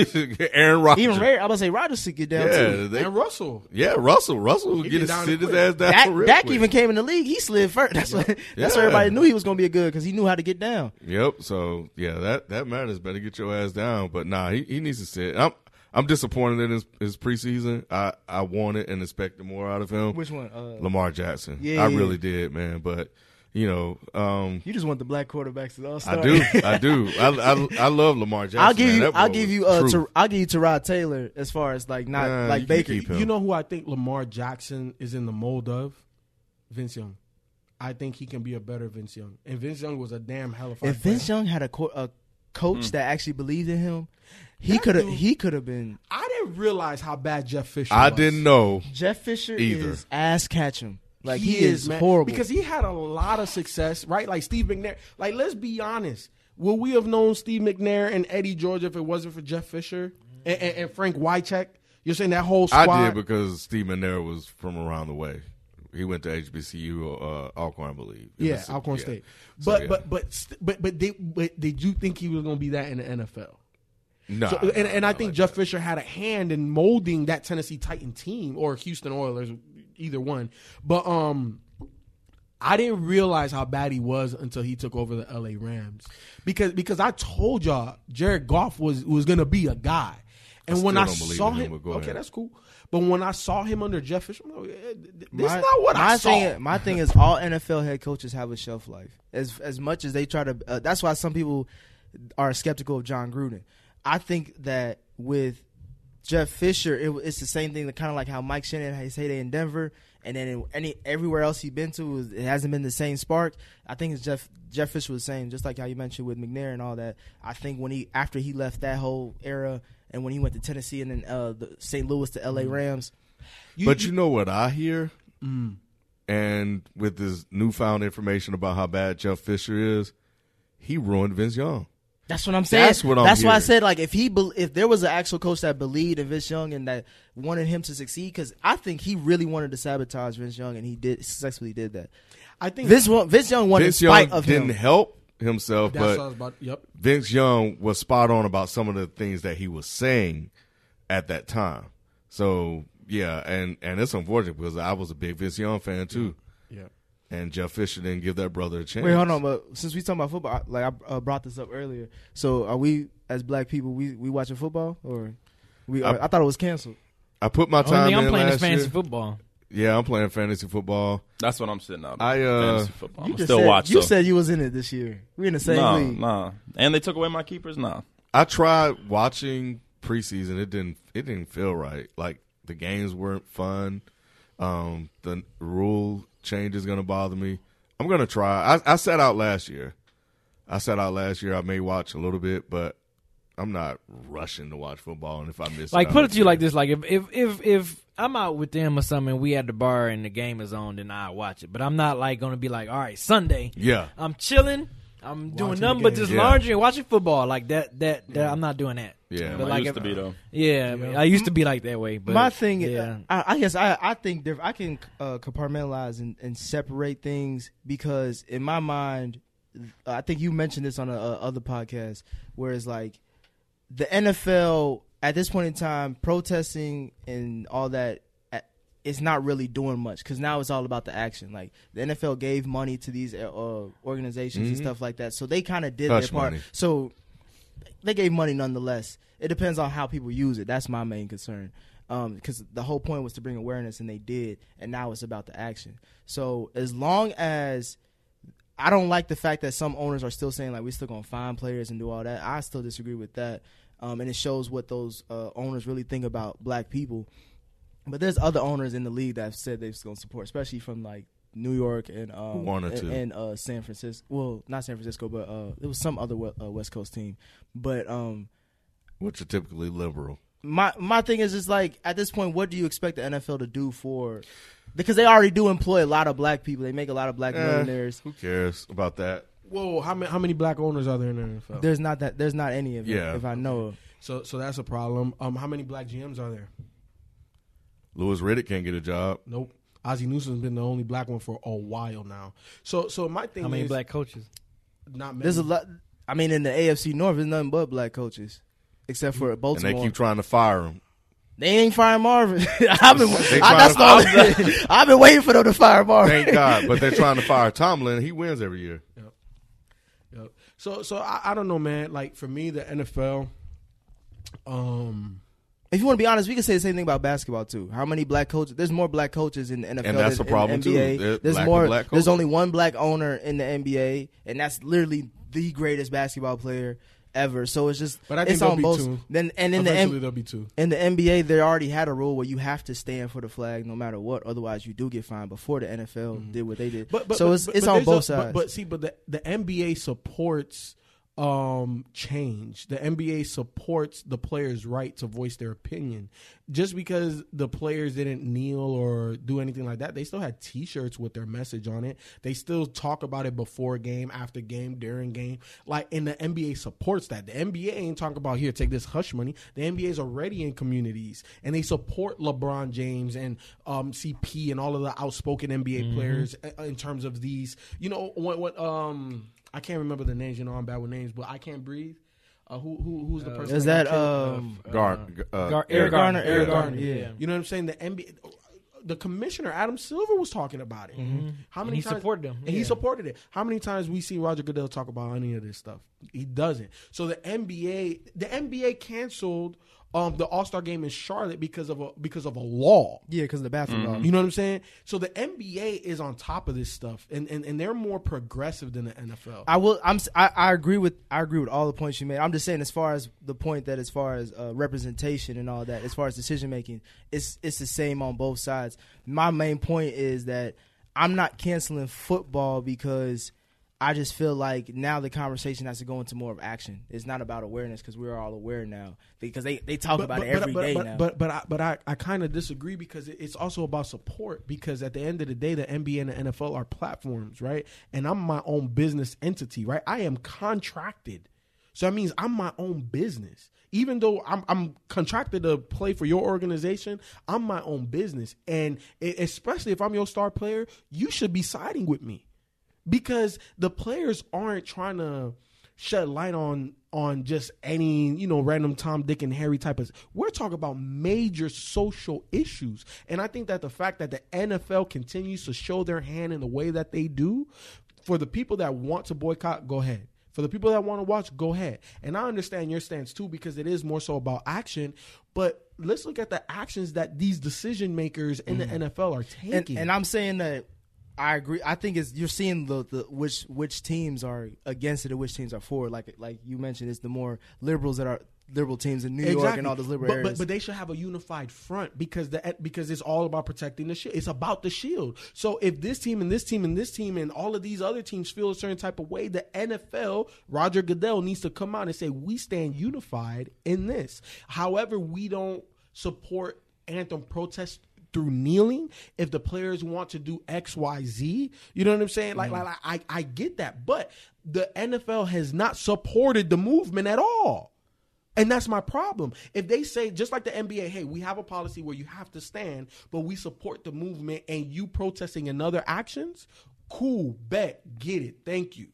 S1: Aaron Rodgers.
S2: Even rare, I was gonna say Rodgers should get down
S1: Yeah,
S2: too.
S1: they,
S4: and Russell.
S1: yeah, Russell. Russell would get
S4: get
S1: his,
S4: down
S1: sit his
S4: quick.
S1: ass down.
S2: Dak,
S1: real
S2: Dak
S1: quick.
S2: even came in the league. He slid first. That's why. That's why
S1: Yeah.
S2: everybody knew he was gonna be a good because he knew how to get down.
S1: Yep. So yeah, that that matters. Better get your ass down. But nah, he, he needs to sit. I'm I'm disappointed in his, his preseason. I I wanted and expected more out of him.
S2: Which one? Uh,
S1: Lamar Jackson.
S2: Yeah,
S1: I
S2: yeah,
S1: really did, man. But you know, um,
S2: You just want the black quarterbacks to all star.
S1: I do, I do. I, I, I love Lamar Jackson.
S2: I'll give
S1: man.
S2: you.
S1: That
S2: I'll
S1: boy
S2: give
S1: was
S2: you. Uh,
S1: truth.
S2: Ter- I'll give you Terod Taylor as far as like not
S1: Nah, you
S2: like
S1: can
S2: Baker.
S1: keep him.
S4: You know who I think Lamar Jackson is in the mold of? Vince Young. I think he can be a better Vince Young. And Vince Young was a damn hell of a
S2: If Vince Young had a, co- a coach
S1: Mm.
S2: that actually believed in him, he
S4: That
S2: could have.
S4: dude-
S2: He could have been
S4: I didn't realize how bad Jeff Fisher
S1: I
S4: was.
S1: didn't know.
S2: Jeff Fisher
S1: Either.
S2: is ass catch him. Like he, is,
S4: man.
S2: horrible.
S4: Because he had a lot of success, right? Like Steve McNair. Like, let's be honest. Would we have known Steve McNair and Eddie George if it wasn't for Jeff Fisher and, and, and Frank Wycheck? You're saying that whole squad?
S1: I did because Steve Manera was from around the way. He went to HBCU, uh, Alcorn, I believe.
S4: Yeah,
S1: Mississippi,
S4: Alcorn
S1: yeah.
S4: State.
S1: So,
S4: But
S1: yeah.
S4: but but st- but but they but did you think he was going to be that in the NFL?
S1: Nah,
S4: So, and,
S1: nah,
S4: and I
S1: nah,
S4: think
S1: like
S4: Jeff
S1: that.
S4: Fisher had a hand in molding that Tennessee Titan team or Houston Oilers, either one. But um, I didn't realize how bad he was until he took over the LA Rams because because I told y'all Jared Goff was was going to be a guy, and when
S1: still
S4: I
S1: don't believe
S4: saw
S1: in him,
S4: him,
S1: but go
S4: okay,
S1: ahead.
S4: that's cool. But when I saw him under Jeff Fisher, I'm like, eh, th- this
S2: My-
S4: is not what
S2: my
S4: I saw.
S2: Thing, my thing is all NFL head coaches have a shelf life. As as much as they try to, uh, that's why some people are skeptical of John Gruden. I think that with Jeff Fisher, it, wa- it's the same thing. Kind of like how Mike Shannon had his heyday in Denver, and then in any everywhere else he's been to, it hasn't been the same spark. I think it's Jeff Jeff Fisher was saying just like how you mentioned with McNair and all that. I think when he after he left that whole era. And when he went to Tennessee and then uh, the St. Louis to L.A.
S4: Mm-hmm.
S2: Rams,
S1: but you know what I hear,
S4: Mm.
S1: and with this newfound information about how bad Jeff Fisher is, he ruined Vince Young.
S2: That's what I'm saying.
S1: That's what I'm
S2: That's why I
S1: hearing.
S2: said like if he bel if there was an actual coach that believed in Vince Young and that wanted him to succeed because I think he really wanted to sabotage Vince Young and he did successfully did that.
S4: I think
S2: Vince wa- Vince Young won
S1: Vince
S2: in
S1: Young
S2: spite of
S1: didn't
S2: him.
S1: help himself,
S4: That's what I
S1: but
S4: was about. Yep.
S1: Vince Young was spot on about some of the things that he was saying at that time. So yeah, and and it's unfortunate because I was a big Vince Young fan too,
S4: Yeah.
S1: and Jeff Fisher didn't give that brother a chance.
S2: Wait, hold on. But since we talking about football, I- like I uh, brought this up earlier. So are we as black people we we watching football or we? I, I thought it was canceled.
S1: I put my
S5: Only
S1: time
S5: thing I'm
S1: in
S5: playing
S1: last
S5: is fantasy
S1: year.
S5: football.
S1: Yeah, I'm playing fantasy football.
S3: That's what I'm sitting out.
S1: I, uh,
S3: fantasy football. I'm
S2: just
S3: still
S2: said,
S3: watching.
S2: You said you was in it this year. We in the same
S3: nah,
S2: league.
S3: nah. And they took away my keepers. Nah.
S1: I tried watching preseason. It didn't. It didn't feel right. Like the games weren't fun. Um, the rule change is gonna bother me. I'm gonna try. I, I sat out last year. I sat out last year. I may watch a little bit, but I'm not rushing to watch football. And if I miss,
S5: Like
S1: I
S5: put it
S1: miss
S5: to you like this: like if if if if I'm out with them or something, we at the bar and the game is on, then I watch it. But I'm not like gonna be like, all right, Sunday,
S1: Yeah.
S5: I'm chilling, I'm doing
S4: Watching
S5: nothing
S4: the
S5: but just
S1: game. Yeah.
S5: laundry and watching football. Like that, that, that I'm not doing that.
S1: Yeah.
S5: but
S3: I
S5: like
S3: used
S5: if-
S3: to be though.
S5: Yeah, I, mean, I used to be like that way. But
S2: My thing, uh,
S5: yeah,
S2: I, I guess I, I think diff- I can uh, compartmentalize and, and separate things because in my mind, I think you mentioned this on a, a other podcast, where it's like the NFL at this point in time protesting and all that a- it's not really doing much because now it's all about the action. Like the NFL gave money to these uh, uh, organizations and stuff like that, so they kind of did
S1: Mm-hmm. Hush
S2: their part.
S1: money.
S2: So they gave money nonetheless. It depends on how people use it. That's my main concern. Because the whole point was to bring awareness, and they did, and now it's about the action. So as long as I don't like the fact that some owners are still saying like we're still gonna find players and do all that. I still disagree with that, um, and it shows what those uh, owners really think about black people. But there's other owners in the league that have said they're gonna support, especially from like New York and um,
S1: One or
S2: and-
S1: two.
S2: and uh, San Francisco. Well, not San Francisco, but uh, it was some other we- uh, West Coast team. But um,
S1: which are typically liberal.
S2: my my thing is just like at this point, what do you expect the NFL to do for? Because they already do employ a lot of black people. They make a lot of black
S1: Eh,
S2: millionaires.
S1: Who cares about that?
S4: Whoa, how many how many black owners are there in the NFL?
S2: There's not that. There's not any of it,
S1: Yeah.
S2: if I know of.
S4: so so that's a problem. Um, how many black GMs are there?
S1: Lewis Riddick can't get a job.
S4: Nope. Ozzie Newsom's been the only black one for a while now. So so my thing
S5: how many
S4: is
S5: black coaches?
S4: not many.
S2: There's a lot. I mean, in the AFC North, there's nothing but black coaches, except for
S1: And
S2: Baltimore.
S1: they
S2: They,
S1: keep trying to fire him.
S2: ain't firing Marvin. I've been.
S1: They
S2: I, that's the
S1: trying
S2: only, I've been waiting for them to fire Marvin.
S1: Thank God. But they're trying to fire Tomlin. He wins every year.
S4: Yep. So so I, I don't know, man. Like for me, the NFL. Um.
S2: If you want to be honest, we can say the same thing about basketball too. How many black coaches? There's more black coaches in the NFL.
S1: And that's
S2: than
S1: a problem,
S2: in
S1: too.
S2: NBA.
S1: There-
S2: There's
S1: lack of
S2: more.
S1: black coaches.
S2: there's only one black owner in the NBA, and that's literally the greatest basketball player ever. So it's just.
S4: But I think
S2: it's
S4: there'll
S2: on
S4: be
S2: both.
S4: two.
S2: Then and in the
S4: eventually,
S2: M-
S4: there'll be two.
S2: in the NBA, they already had a rule where you have to stand for the flag no matter what, otherwise you do get fined. Before the NFL did what they did,
S4: Mm-hmm. But, but
S2: so
S4: but-
S2: it's
S4: but-
S2: it's
S4: but
S2: on
S4: there's
S2: both
S4: a- but-
S2: sides.
S4: But, see, but the the NBA supports um change the nba supports the players right to voice their opinion just because the players didn't kneel or do anything like that they still had t-shirts with their message on it they still talk about it before game after game during game like and the nba supports that the nba ain't talking about here take this hush money the nba is already in communities and they support lebron james and um cp and all of the outspoken nba
S2: Mm-hmm.
S4: players uh, in terms of these you know what what um I can't remember the names. You know, I'm bad with names, but I can't breathe. Uh, who who who's the person?
S2: is that um?
S1: Gar- uh,
S5: Gar-
S1: Eric
S5: Eric Garner,
S2: Garner,
S5: Eric
S2: yeah.
S5: Garner,
S2: Yeah.
S5: yeah.
S4: You know what I'm saying? The NBA, the commissioner Adam Silver was talking about it. How many
S5: Mm-hmm. he
S4: times
S5: supported them,
S4: And he
S5: yeah.
S4: supported it. How many times we see Roger Goodell talk about any of this stuff? He doesn't. So the NBA, the NBA canceled um, the All Star game in Charlotte because of a because of a law.
S2: Yeah, because of the bathroom law.
S4: You know what I'm saying? So the NBA is on top of this stuff, and and, and they're more progressive than the NFL.
S2: I will. I'm. s- I, I agree with. I agree with all the points you made. I'm just saying, as far as the point that, as far as uh, representation and all that, as far as decision making, it's it's the same on both sides. My main point is that I'm not canceling football because I just feel like now the conversation has to go into more of action. It's not about awareness because we're all aware now because they they talk about it every day
S4: but, but,
S2: now.
S4: But but I, but I, I kind of disagree because it- it's also about support. Because at the end of the day, the NBA and the NFL are platforms, right? And I'm my own business entity, right? I am contracted, so that means I'm my own business. Even though I'm, I'm contracted to play for your organization, I'm my own business, and e- especially if I'm your star player, you should be siding with me because the players aren't trying to shed light on on just any you know random Tom Dick and Harry type of. We're talking about major social issues, and I think that the fact that the NFL continues to show their hand in the way that they do, for the people that want to boycott, go ahead. For the people that want to watch, go ahead. And I understand your stance too because it is more so about action, but let's look at the actions that these decision makers in the NFL are
S2: Mm. and,
S4: taking.
S2: and I'm saying that I agree. I think it's you're seeing the, the which which teams are against it and which teams are for. it. Like like you mentioned, it's the more liberals that are liberal teams in New York and all those liberal
S4: but,
S2: areas.
S4: But, but they should have a unified front because the because it's all about protecting the shield. It's about the shield. So if this team and this team and this team and all of these other teams feel a certain type of way, the NFL, Roger Goodell needs to come out and say we stand unified in this. However, we don't support anthem protests through kneeling if the players want to do xyz you know what i'm saying like,
S2: Mm-hmm.
S4: like, like I, I get that but the nfl has not supported the movement at all and that's my problem. If they say, just like the NBA, hey, we have a policy where you have to stand, but we support the movement and you protesting and other actions, cool, bet, get it. Thank you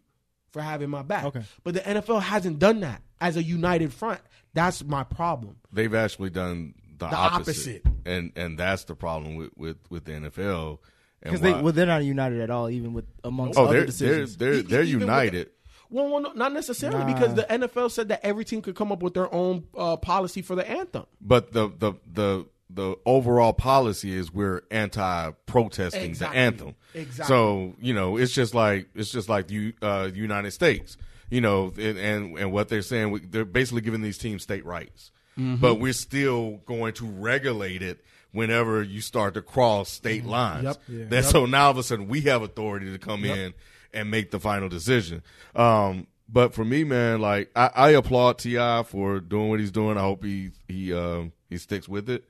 S4: for having my back.
S2: Okay.
S4: But the NFL hasn't done that as a united front. That's my problem.
S1: they've actually done the,
S4: The
S1: opposite.
S4: opposite.
S1: and and that's the problem with with, with the NFL.
S2: because
S1: And
S2: they
S1: why-
S2: well they're not united at all, even with amongst
S1: oh,
S2: other
S1: they're they're
S2: decisions.
S1: they're,
S4: E-
S1: they're
S4: even with the-
S1: united.
S4: Well, well no, not necessarily because the NFL said that every team could come up with their own uh, policy for the anthem.
S1: But the the the the overall policy is we're anti-protesting
S4: Exactly.
S1: the anthem.
S4: Exactly.
S1: So you know, it's just like it's just like the uh, United States. You know, and and, and what they're saying, we- they're basically giving these teams state rights,
S4: Mm-hmm.
S1: but we're still going to regulate it whenever you start to cross state lines.
S4: Mm-hmm. Yep. Yeah.
S1: That- So now all of a sudden we have authority to come in and make the final decision. Um, but for me, man, like I, I applaud Ti for doing what he's doing. I hope he he um, he sticks with it.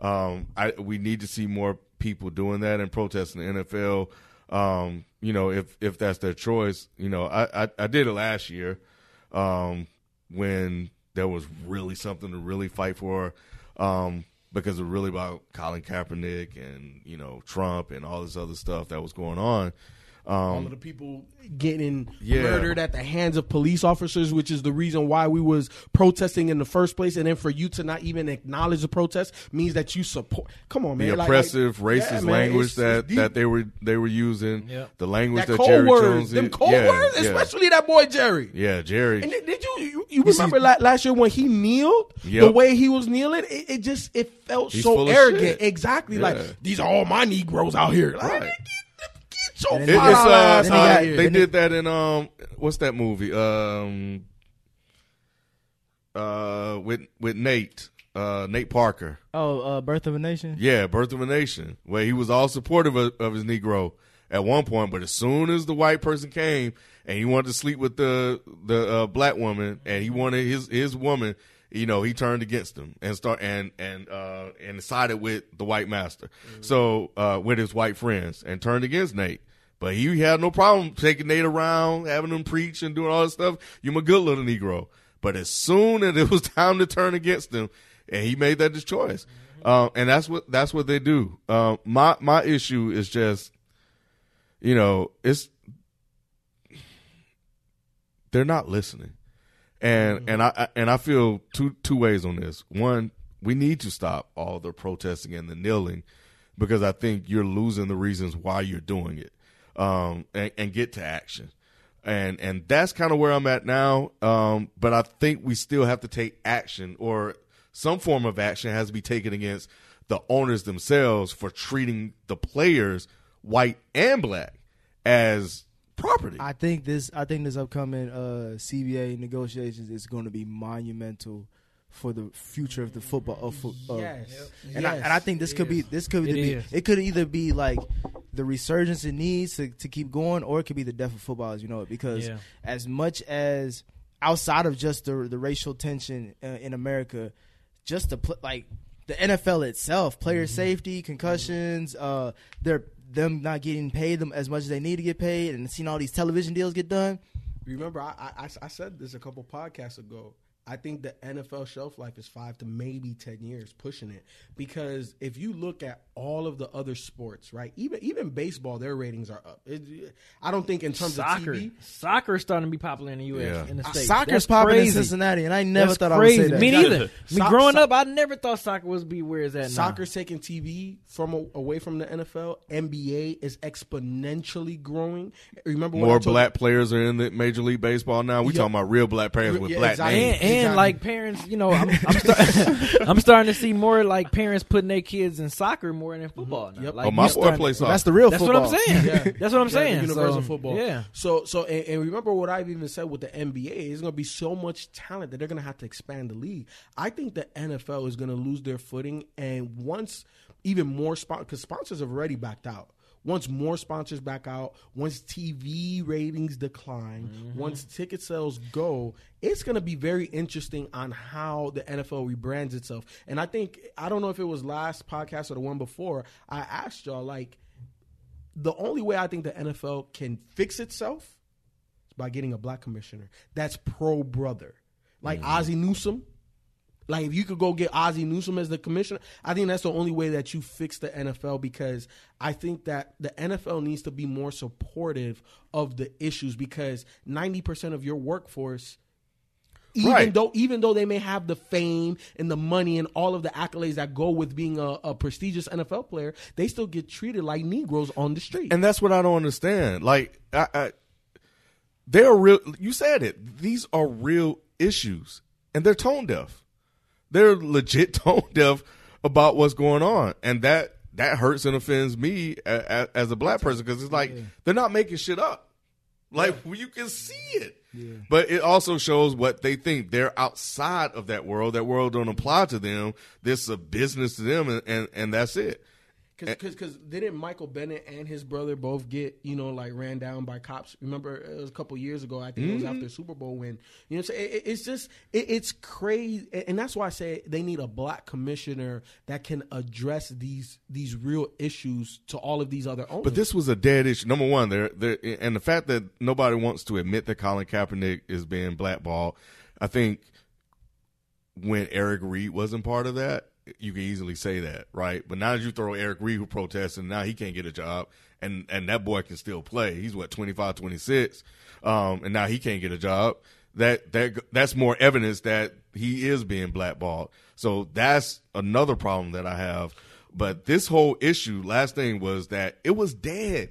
S1: Um, I we need to see more people doing that and protesting the NFL. Um, you know, if if that's their choice, you know, I I, I did it last year um, when there was really something to really fight for, um, because it was really about Colin Kaepernick and you know Trump and all this other stuff that was going on. Um,
S4: all of the people getting
S1: Yeah.
S4: murdered at the hands of police officers, which is the reason why we was protesting in the first place. And then for you to not even acknowledge the protest means that you support. Come on, man!
S1: The
S4: Like- like-
S1: oppressive,
S4: Yeah,
S1: racist
S4: man,
S1: language
S4: it's-
S1: that,
S4: it's deep.
S1: that they were they were using, the language
S4: that
S1: that,
S4: cold
S1: Jerry
S4: words,
S1: Jones,
S4: them
S1: used-
S4: cold
S1: yeah,
S4: words,
S1: yeah.
S4: especially that boy Jerry.
S1: yeah, Jerry.
S4: And did, did you you, you remember la- last year when he kneeled? The
S1: Yep.
S4: way he was kneeling, it, it just it felt
S1: He's
S4: so
S1: full of
S4: arrogant.
S1: shit.
S4: Exactly,
S1: Yeah.
S4: like these are all my Negroes out here. Like,
S1: Right.
S4: Get, get your
S1: It- it's,
S4: foul
S1: uh,
S4: ass
S1: uh,
S4: out
S2: got-
S4: here.
S1: they did that in um what's that movie um uh with with Nate uh Nate Parker
S2: oh, uh, Birth of a Nation.
S1: yeah Birth of a Nation where he was all supportive of, of his Negro at one point but as soon as the white person came and he wanted to sleep with the the uh, black woman and he wanted his his woman you know he turned against him and start and and uh and sided with the white master so uh with his white friends and turned against Nate. But he had no problem taking Nate around, having him preach and doing all this stuff. You're my good little Negro. But as soon as it was time to turn against him, and he made that his choice, uh, and that's what that's what they do. Uh, my my issue is just, you know, it's they're not listening, and and I I- and I feel two two ways on this. One, we need to stop all the protesting and the kneeling because I think you're losing the reasons why you're doing it, um, and, and get to action. And and that's kind of where I'm at now. Um, but I think we still have to take action, or some form of action has to be taken against the owners themselves for treating the players, white and black, as property.
S2: I think this. I think this upcoming uh, CBA negotiations is going to be monumental for the future of the football. Of, fo- of-
S4: Yes.
S2: and I and I think this could be this could
S5: It
S2: be
S5: is.
S2: it could either be like the resurgence it needs to, to keep going, or it could be the death of football as you know it. Because
S5: Yeah.
S2: as much as outside of just the the racial tension uh, in America, just the pl- like the NFL itself, player
S5: Mm-hmm.
S2: safety, concussions, uh, they're them not getting paid them as much as they need to get paid, and seeing all these television deals get done.
S4: Remember, I, I, I said this a couple podcasts ago. I think the NFL shelf life is five to maybe ten years, pushing it. Because if you look at all of the other sports, right, even even baseball, their ratings are up. It, I don't think in terms
S5: Soccer,
S4: of TV,
S5: soccer is starting to be popular in the U.S.
S1: Yeah.
S5: in the
S1: Uh,
S5: states.
S2: Soccer's
S5: That's
S2: popping in
S5: crazy.
S2: Cincinnati, and I never
S5: That's
S2: thought
S5: crazy.
S2: I would say that.
S5: Me neither. Me
S4: Soc-
S5: growing
S4: soc-
S5: up, I never thought soccer was be where it's at now.
S4: Soccer's taking TV from a- away from the NFL. NBA is exponentially growing. Remember when I
S1: More
S4: told-
S1: black players are in the Major League Baseball now. We
S4: Yeah.
S1: talking about real black players with
S4: Yeah,
S1: black
S4: exactly.
S1: names.
S5: and, and
S4: Exactly.
S5: like parents, you know, I'm I'm, start, I'm starting to see more like parents putting their kids in soccer more than in football. Now. Like,
S1: Oh, my
S5: you
S1: boy
S5: starting-
S1: plays soccer.
S2: That's the real
S5: That's
S2: football.
S5: what I'm saying.
S4: Yeah.
S5: That's what I'm
S4: Yeah,
S5: saying.
S4: the universal
S5: So,
S4: football.
S5: Yeah.
S4: So so and, and remember what I've even said with the NBA is going to be so much talent that they're going to have to expand the league. I think the NFL is going to lose their footing, and once even more sponsors because sponsors have already backed out. Once more sponsors back out, once TV ratings decline,
S5: Mm-hmm.
S4: once ticket sales go, it's going to be very interesting on how the NFL rebrands itself. And I think I don't know if it was last podcast or the one before. I asked y'all like the only way I think the NFL can fix itself is by getting a black commissioner that's pro brother, like Ozzie Newsome. Like if you could go get Ozzie Newsome as the commissioner, I think that's the only way that you fix the NFL because I think that the NFL needs to be more supportive of the issues because ninety percent of your workforce. Even
S1: Right.
S4: though, even though they may have the fame and the money and all of the accolades that go with being a, a prestigious NFL player, they still get treated like Negroes on the street.
S1: And that's what I don't understand. Like, I, I they're real. You said it. These are real issues, and they're tone deaf. They're legit tone deaf about what's going on, and that that hurts and offends me a- a- as a black person because it's like they're not making shit up. Like you can see it. But it also shows what they think. They're outside of that world. That world don't apply to them. This is a business to them, and, and, and that's it.
S4: Because because didn't Michael Bennett and his brother both get you know like ran down by cops? Remember it was a couple years ago. I think it was after
S1: Mm-hmm.
S4: the Super Bowl win. You know, what I'm saying It- it- it's just it, it's crazy, and and that's why I say they need a black commissioner that can address these these real issues to all of these other owners.
S1: But this was a dead issue. Number one, there, there, and the fact that nobody wants to admit that Colin Kaepernick is being blackballed, I think when Eric Reed wasn't part of that, you can easily say that, right? But now that you throw Eric Reed who protests and now he can't get a job and and that boy can still play. He's what 25, 26. Um and now he can't get a job. That that that's more evidence that he is being blackballed. So that's another problem that I have. But this whole issue last thing was that it was dead.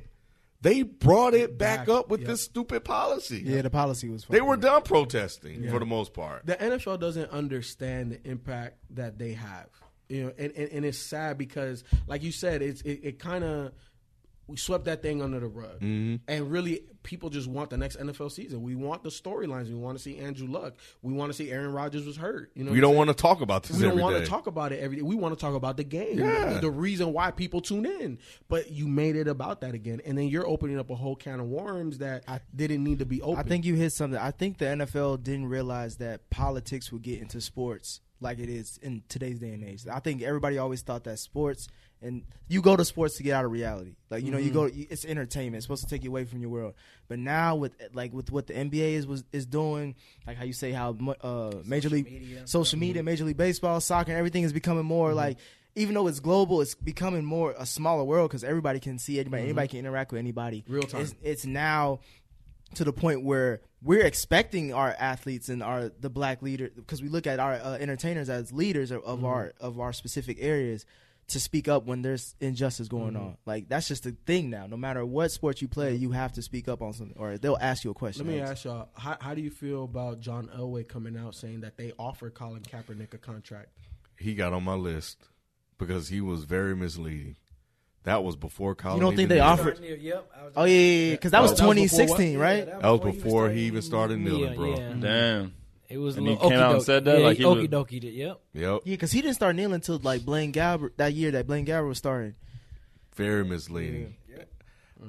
S1: They brought it back, up with this stupid policy.
S2: Yeah, the policy was.
S1: They were done protesting for the most part.
S4: the NFL doesn't understand the impact that they have. You know, and, and, and it's sad because, like you said, it's it, it kind of we swept that thing under the rug,
S1: Mm-hmm.
S4: and really people just want the next NFL season. We want the storylines. We want to see Andrew Luck. We want to see Aaron Rodgers was hurt. You know,
S1: We don't want to talk about this.
S4: we don't
S1: every
S4: want to
S1: day.
S4: talk about it every day. We want to talk about the game,
S1: Yeah.
S4: the reason why people tune in. But you made it about that again, and then you're opening up a whole can of worms that didn't need to be opened.
S2: I think you hit something. I think the NFL didn't realize that politics would get into sports like it is in today's day and age. I think everybody always thought that sports and you go to sports to get out of reality. Like you know, you go
S4: Mm-hmm.
S2: you- it's entertainment. It's supposed to take you away from your world. But now with like with what the NBA is was is doing, like how you say how mu- uh Major League social media, Major League Baseball, soccer, and everything is becoming more
S4: Mm-hmm.
S2: like even though it's global, it's becoming more a smaller world because everybody can see anybody, anybody can interact with anybody.
S4: Mm-hmm. Real time.
S2: It's, it's now to the point where we're expecting our athletes and our the black leader because we look at our uh, entertainers as leaders of, of our of our specific areas to speak up when there's injustice going on. Like that's just the thing now. No matter what sport you play, you have to speak up on something, or they'll Mm-hmm. ask you a question.
S4: Let me ask y'all, how, how do you feel about John Elway coming out saying that they offered Colin Kaepernick a contract?
S1: He got on my list because he was very misleading. That was before college.
S2: You don't think they offered? Oh yeah, yeah, because that was
S4: That was before what?
S2: 2016, right?
S1: That was before he even started kneeling, bro.
S3: Damn.
S5: It was
S3: And
S5: a
S3: he
S5: little
S3: came out and
S5: okey-doke.
S3: said that,
S5: Yeah,
S3: like
S5: he
S3: he was-
S5: okey dokey did. Yep.
S1: Yep,
S2: Yeah, because he didn't start kneeling until like Blaine Gabbert that year that Blaine Gabbert was starting.
S1: very misleading.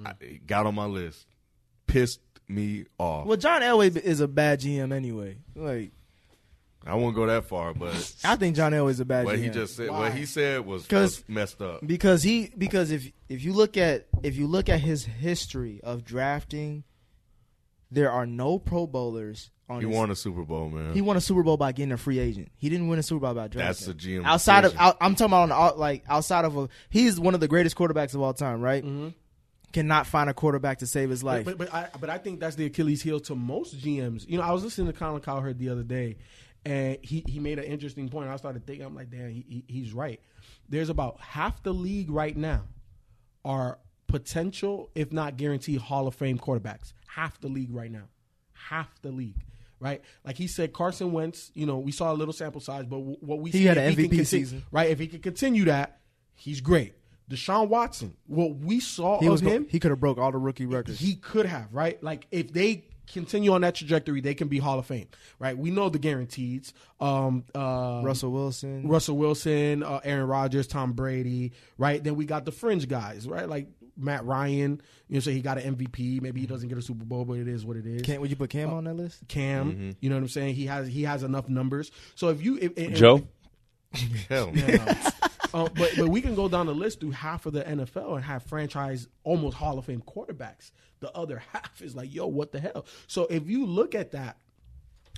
S1: I, it got on my list. Pissed me off.
S2: Well, John Elway is a bad GM anyway. Like
S1: I won't go that far, but
S2: I think John Elway's a bad
S1: what
S2: GM.
S1: he just said, what he said was,
S2: 'Cause-
S1: was messed up.
S2: because he because if if you look at if you look at his history of drafting There are no Pro Bowlers on.
S1: He
S2: his-
S1: won a Super Bowl, man.
S2: He won a Super Bowl by getting a free agent. He didn't win a Super Bowl by drafting.
S1: That's a GM
S2: Outside
S1: decision.
S2: of, out, I'm talking about on the, out- like outside of a, he's one of the greatest quarterbacks of all time, right? Cannot find a quarterback to save his life.
S4: Mm-hmm. But, but I but I think that's the Achilles heel to most GMs. You know, I was listening to Colin Cowherd the other day, and he, he made an interesting point. I started thinking, I'm like, damn, he, he, he's right. There's about half the league right now are potential, if not guaranteed, Hall of Fame quarterbacks. Half the league right now, half the league. Right, like he said, Carson Wentz. You know, we saw a little sample size, but w- what we
S2: He
S4: see,
S2: had
S4: if
S2: an
S4: can
S2: MVP
S4: conti-
S2: season.
S4: Right, if he could continue that, he's great. Deshaun Watson, what we saw
S2: he
S4: of
S2: was go-
S4: him,
S2: he could have broke all the rookie records.
S4: he could have, right? Like if they continue on that trajectory, they can be Hall of Fame, right? We know the guarantees. Um, uh,
S2: Russell Wilson.
S4: Russell Wilson, uh, Aaron Rodgers, Tom Brady, right? Then we got the fringe guys, right? Like Matt Ryan. You know, so he got an MVP. Maybe he doesn't get a Super Bowl, but it is what it
S2: Mm-hmm.
S4: is.
S2: Can't Mm-hmm. would you put Cam on that list?
S4: Cam, you know what I'm saying? He has he has enough numbers. So if you if, if-
S3: Joe,
S1: Hell,
S4: uh, but but we can go down the list through half of the NFL and have franchise almost Hall of Fame quarterbacks. The other half is like, yo, what the hell? So if you look at that,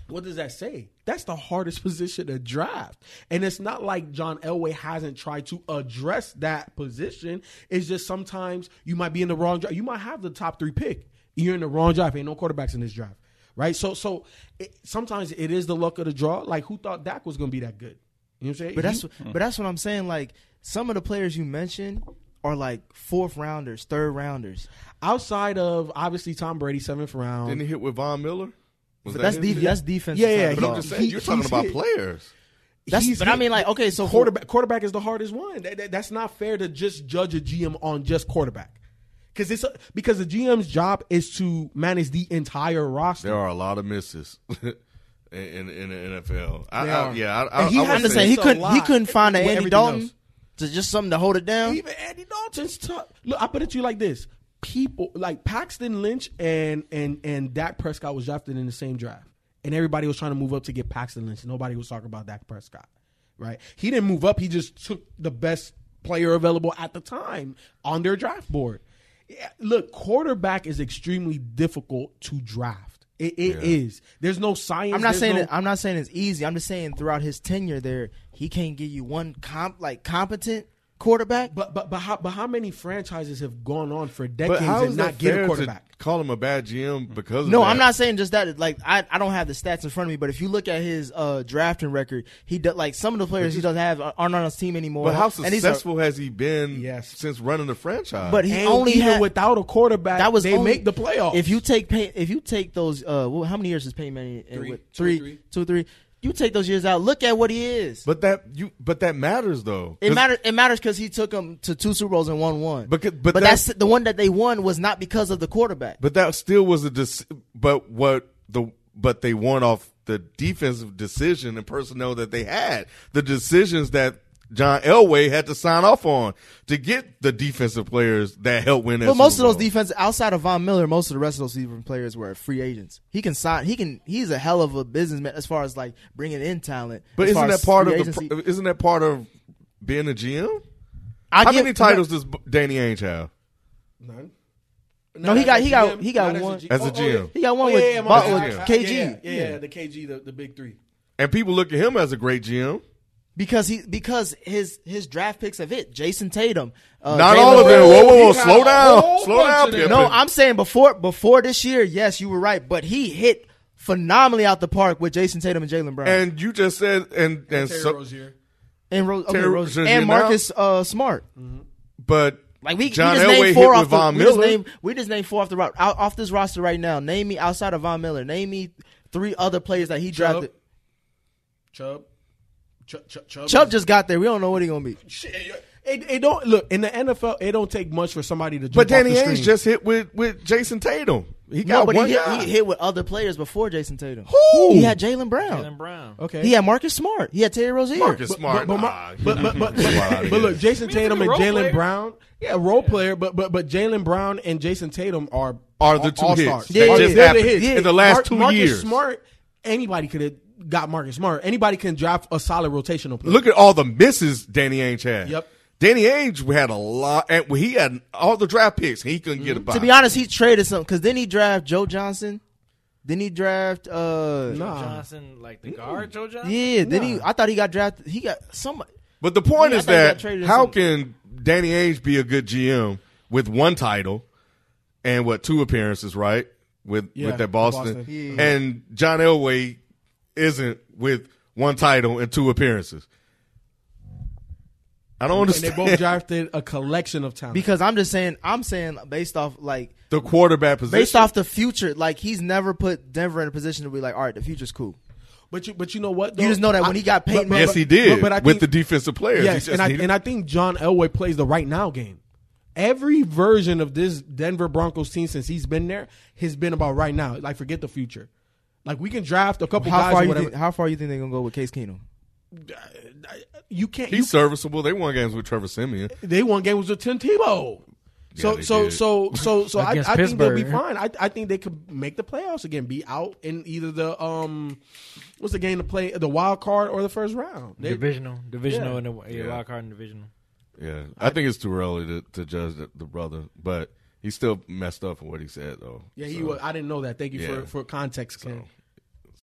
S4: what does that say? That's the hardest position to draft. And it's not like John Elway hasn't tried to address that position. It's just sometimes you might be in the wrong draft. You might have the top three pick. You're in the wrong draft. Ain't no quarterbacks in this draft. Right? So so it, sometimes it is the luck of the draw. Like who thought Dak was gonna be that good? You know what I'm saying?
S2: But that's
S4: He-
S2: but that's what I'm saying. Like some of the players you mentioned are like fourth rounders, third rounders.
S4: outside of obviously Tom Brady, seventh round.
S1: Didn't he hit with Von Miller? Was
S2: But that's
S1: him?
S2: de- that's defense.
S4: Yeah, yeah,
S1: But I'm just saying,
S4: He-
S1: you're talking
S4: he's
S1: about
S4: hit.
S1: players.
S2: That's-
S4: He's
S2: but I
S4: hit-
S2: mean, like, okay, so
S4: quarterback quarterback is the hardest one. That- that- that's not fair to just judge a GM on just quarterback because it's a, because the GM's job is to manage the entire roster.
S1: There are a lot of misses in, in, in the NFL. I,
S4: They
S1: I,
S4: are.
S1: yeah, I, I,
S4: And he
S1: I
S4: has
S1: would say-
S2: I'm
S4: to
S2: just saying he
S4: It's a
S2: couldn't he
S4: lot.
S2: couldn't find an
S4: With
S2: Andy
S4: everything
S2: Dalton
S4: else.
S2: to just something to hold it down.
S4: Even Andy Dalton's tough. Look, I put it to you like this: people like Paxton Lynch and and and Dak Prescott was drafted in the same draft, and everybody was trying to move up to get Paxton Lynch. Nobody was talking about Dak Prescott, right? He didn't move up. He just took the best player available at the time on their draft board. Yeah, look, quarterback is extremely difficult to draft. It, it is. There's no science.
S2: I'm not
S4: there's
S2: saying
S4: no-
S2: it, I'm not saying it's easy. I'm just saying throughout his tenure there, he can't give you one comp like competent quarterback.
S4: But but but how, but how many franchises have gone on for
S1: but
S4: decades
S1: how
S4: and
S1: is that
S4: not get
S1: fair
S4: a
S1: to
S4: quarterback?
S1: call him a bad GM because of
S2: no,
S1: that?
S2: I'm not saying just that. Like I, I don't have the stats in front of me, but if you look at his uh, drafting record, he does like some of the players he doesn't have aren't on his team anymore.
S1: But how
S2: And these are-
S1: successful has he been
S4: Yes.
S1: since running the franchise?
S2: But he
S4: And
S2: only
S4: even
S2: had
S4: without a quarterback,
S2: that was
S4: they
S2: only-
S4: make the playoffs.
S2: If you take pay, if you take those, uh, well, how many years is Payne Manning? in
S4: Three.
S2: with?
S4: Two or
S2: Three,
S4: three.
S2: two or three. You take those years out. Look at what he is.
S1: but that you but that matters though.
S2: It
S1: 'Cause-
S2: matters. It matters because he took them to two Super Bowls and won one.
S1: Because- but
S2: that's,
S1: that's-
S2: the one that they won was not because of the quarterback.
S1: But that still was a dis- but what the but they won off the defensive decision and personnel that they had. The decisions that John Elway had to sign off on to get the defensive players that helped win. that
S2: But most of
S1: Super
S2: those
S1: Bowl.
S2: defenses, outside of Von Miller, most of the rest of those defensive players were free agents. He can sign. He can. He's a hell of a businessman as far as like bringing in talent.
S1: But
S2: as
S1: isn't
S2: far
S1: that
S2: as
S1: part
S2: free
S1: of the?
S2: agency.
S1: pro- Isn't that part of being a GM?
S2: I
S1: How
S2: get-
S1: many titles does B- Danny Ainge have?
S4: None.
S2: No, he got- he got- he got one. Oh,
S1: As a GM.
S2: He got one
S4: one
S2: with-
S1: Bob- with
S2: KG.
S4: Yeah, yeah, yeah,
S2: Yeah.
S4: the KG, the, the big three.
S1: And people look at him as a great GM.
S2: Because he because his his draft picks have it. Jason Tatum. Uh,
S1: Not
S2: Jalen
S1: all of them.
S2: Brown.
S1: Whoa, whoa, whoa!
S4: He got
S1: Slow
S4: a
S1: down,
S4: whole
S1: slow
S4: bunch
S1: down,
S4: of them.
S1: Pippen.
S2: No, I'm saying before before this year, yes, you were right. But he hit phenomenally out the park with Jason Tatum and Jalen Brown and,
S1: And you just said, and and,
S4: Terry
S1: so,
S4: Rozier.
S2: Ro- okay,
S1: Terry-
S2: Rose-
S1: Rozier
S2: and
S1: now?
S2: Marcus uh, Smart.
S1: but
S2: Like we,
S1: John
S2: we just
S1: Elway
S2: named
S1: hit
S2: four
S1: with
S2: off
S1: Von
S2: the, we just,
S1: Miller.
S2: named, we just named four off the ro- out, off this roster right now. Name me outside of Von Miller. Name me three other players that he
S4: Chubb.
S2: drafted.
S4: Chubb. Chubb. Chubb. Chubb.
S2: Chubb just got there. We don't know what he's gonna be.
S4: Shit, It, it don't look in the NFL. It don't take much for somebody to. Jump
S1: But Danny
S4: off the
S1: Ainge
S4: screen.
S1: just hit with with Jason Tatum. He
S2: No,
S1: got
S2: but
S1: one
S2: he hit,
S1: guy.
S2: he hit with other players before Jason Tatum.
S1: Who?
S2: He had Jalen Brown.
S5: Jalen Brown.
S4: okay.
S2: He had Marcus Smart. He had Terry Rozier.
S1: Marcus
S4: But-
S1: Smart.
S4: But,
S1: Nah,
S4: but,
S1: get
S4: but,
S1: the
S4: but, but,
S1: fuck outta
S4: but look,
S1: here.
S4: Jason
S5: I mean, he's a
S4: Tatum and
S5: role
S4: Jalen
S5: player.
S4: Brown, yeah, role player. But but but Jalen Brown and Jason Tatum are
S1: Are the two hits
S4: all-stars.
S1: that
S2: Yeah, just
S4: They're the
S1: happened
S4: hits.
S1: in the last two
S4: Marcus
S1: years.
S4: Smart. Anybody could have got Marcus Smart. Anybody can draft a solid rotational player.
S1: look at all the misses Danny Ainge had.
S4: Yep.
S1: Danny Ainge had a lot, and
S2: Mm-hmm.
S1: he had all the draft picks. He couldn't get a buy.
S2: To be honest, he traded some because then he drafted Joe Johnson, Then he draft uh
S4: Nah.
S5: Johnson, like the guard, Joe Johnson.
S2: yeah. Then he I thought he got drafted. He got some.
S1: But the point
S2: Yeah, I
S1: is
S2: thought he got
S1: that
S2: traded or
S1: how
S2: something.
S1: can Danny Ainge be a good GM with one title and what two appearances, right? With
S4: Yeah,
S1: with that Boston,
S4: Boston. Yeah,
S1: and John Elway isn't with one title and two appearances. I don't
S4: And they
S1: understand
S4: both drafted a collection of talent.
S2: Because I'm just saying, I'm saying based off like
S1: the quarterback position.
S2: based off the future, like he's never put Denver in a position to be like, all right, the future's cool.
S4: but you, but you know what?
S2: You just know that when he got
S4: but-
S2: Peyton
S4: but-
S2: Manning-
S1: yes, he did
S4: But, but I
S1: with
S4: think-
S1: the defensive players.
S4: Yes,
S1: he
S4: and I
S1: needed-
S4: and I think John Elway plays the right now game. Every version of this Denver Broncos team since he's been there has been about right now. Like forget the future. Like we can draft a couple
S2: How
S4: guys
S2: far
S4: or
S2: you
S4: whatever.
S2: think, how far you think they're gonna go with Case Keenum?
S4: you can't. You,
S1: he's serviceable. They won games with Trevor Simeon.
S4: they won games with Tim Tebow. So,
S1: they
S4: so,
S1: did.
S4: so so so I,
S5: Against
S4: I think they'll be
S5: Pittsburgh.
S4: fine. I, I think they could make the playoffs again. Be out in either the um, what's the game to play the wild card or the first round. They-
S5: divisional, divisional,
S4: Yeah.
S5: and the yeah,
S1: Yeah.
S5: wild card and divisional.
S1: Yeah, I, think it's too early to, to judge the, the brother, but he still messed up in what he said though.
S4: yeah, he
S1: So,
S4: was. I didn't know that. Thank you
S1: Yeah.
S4: for for context. Ken.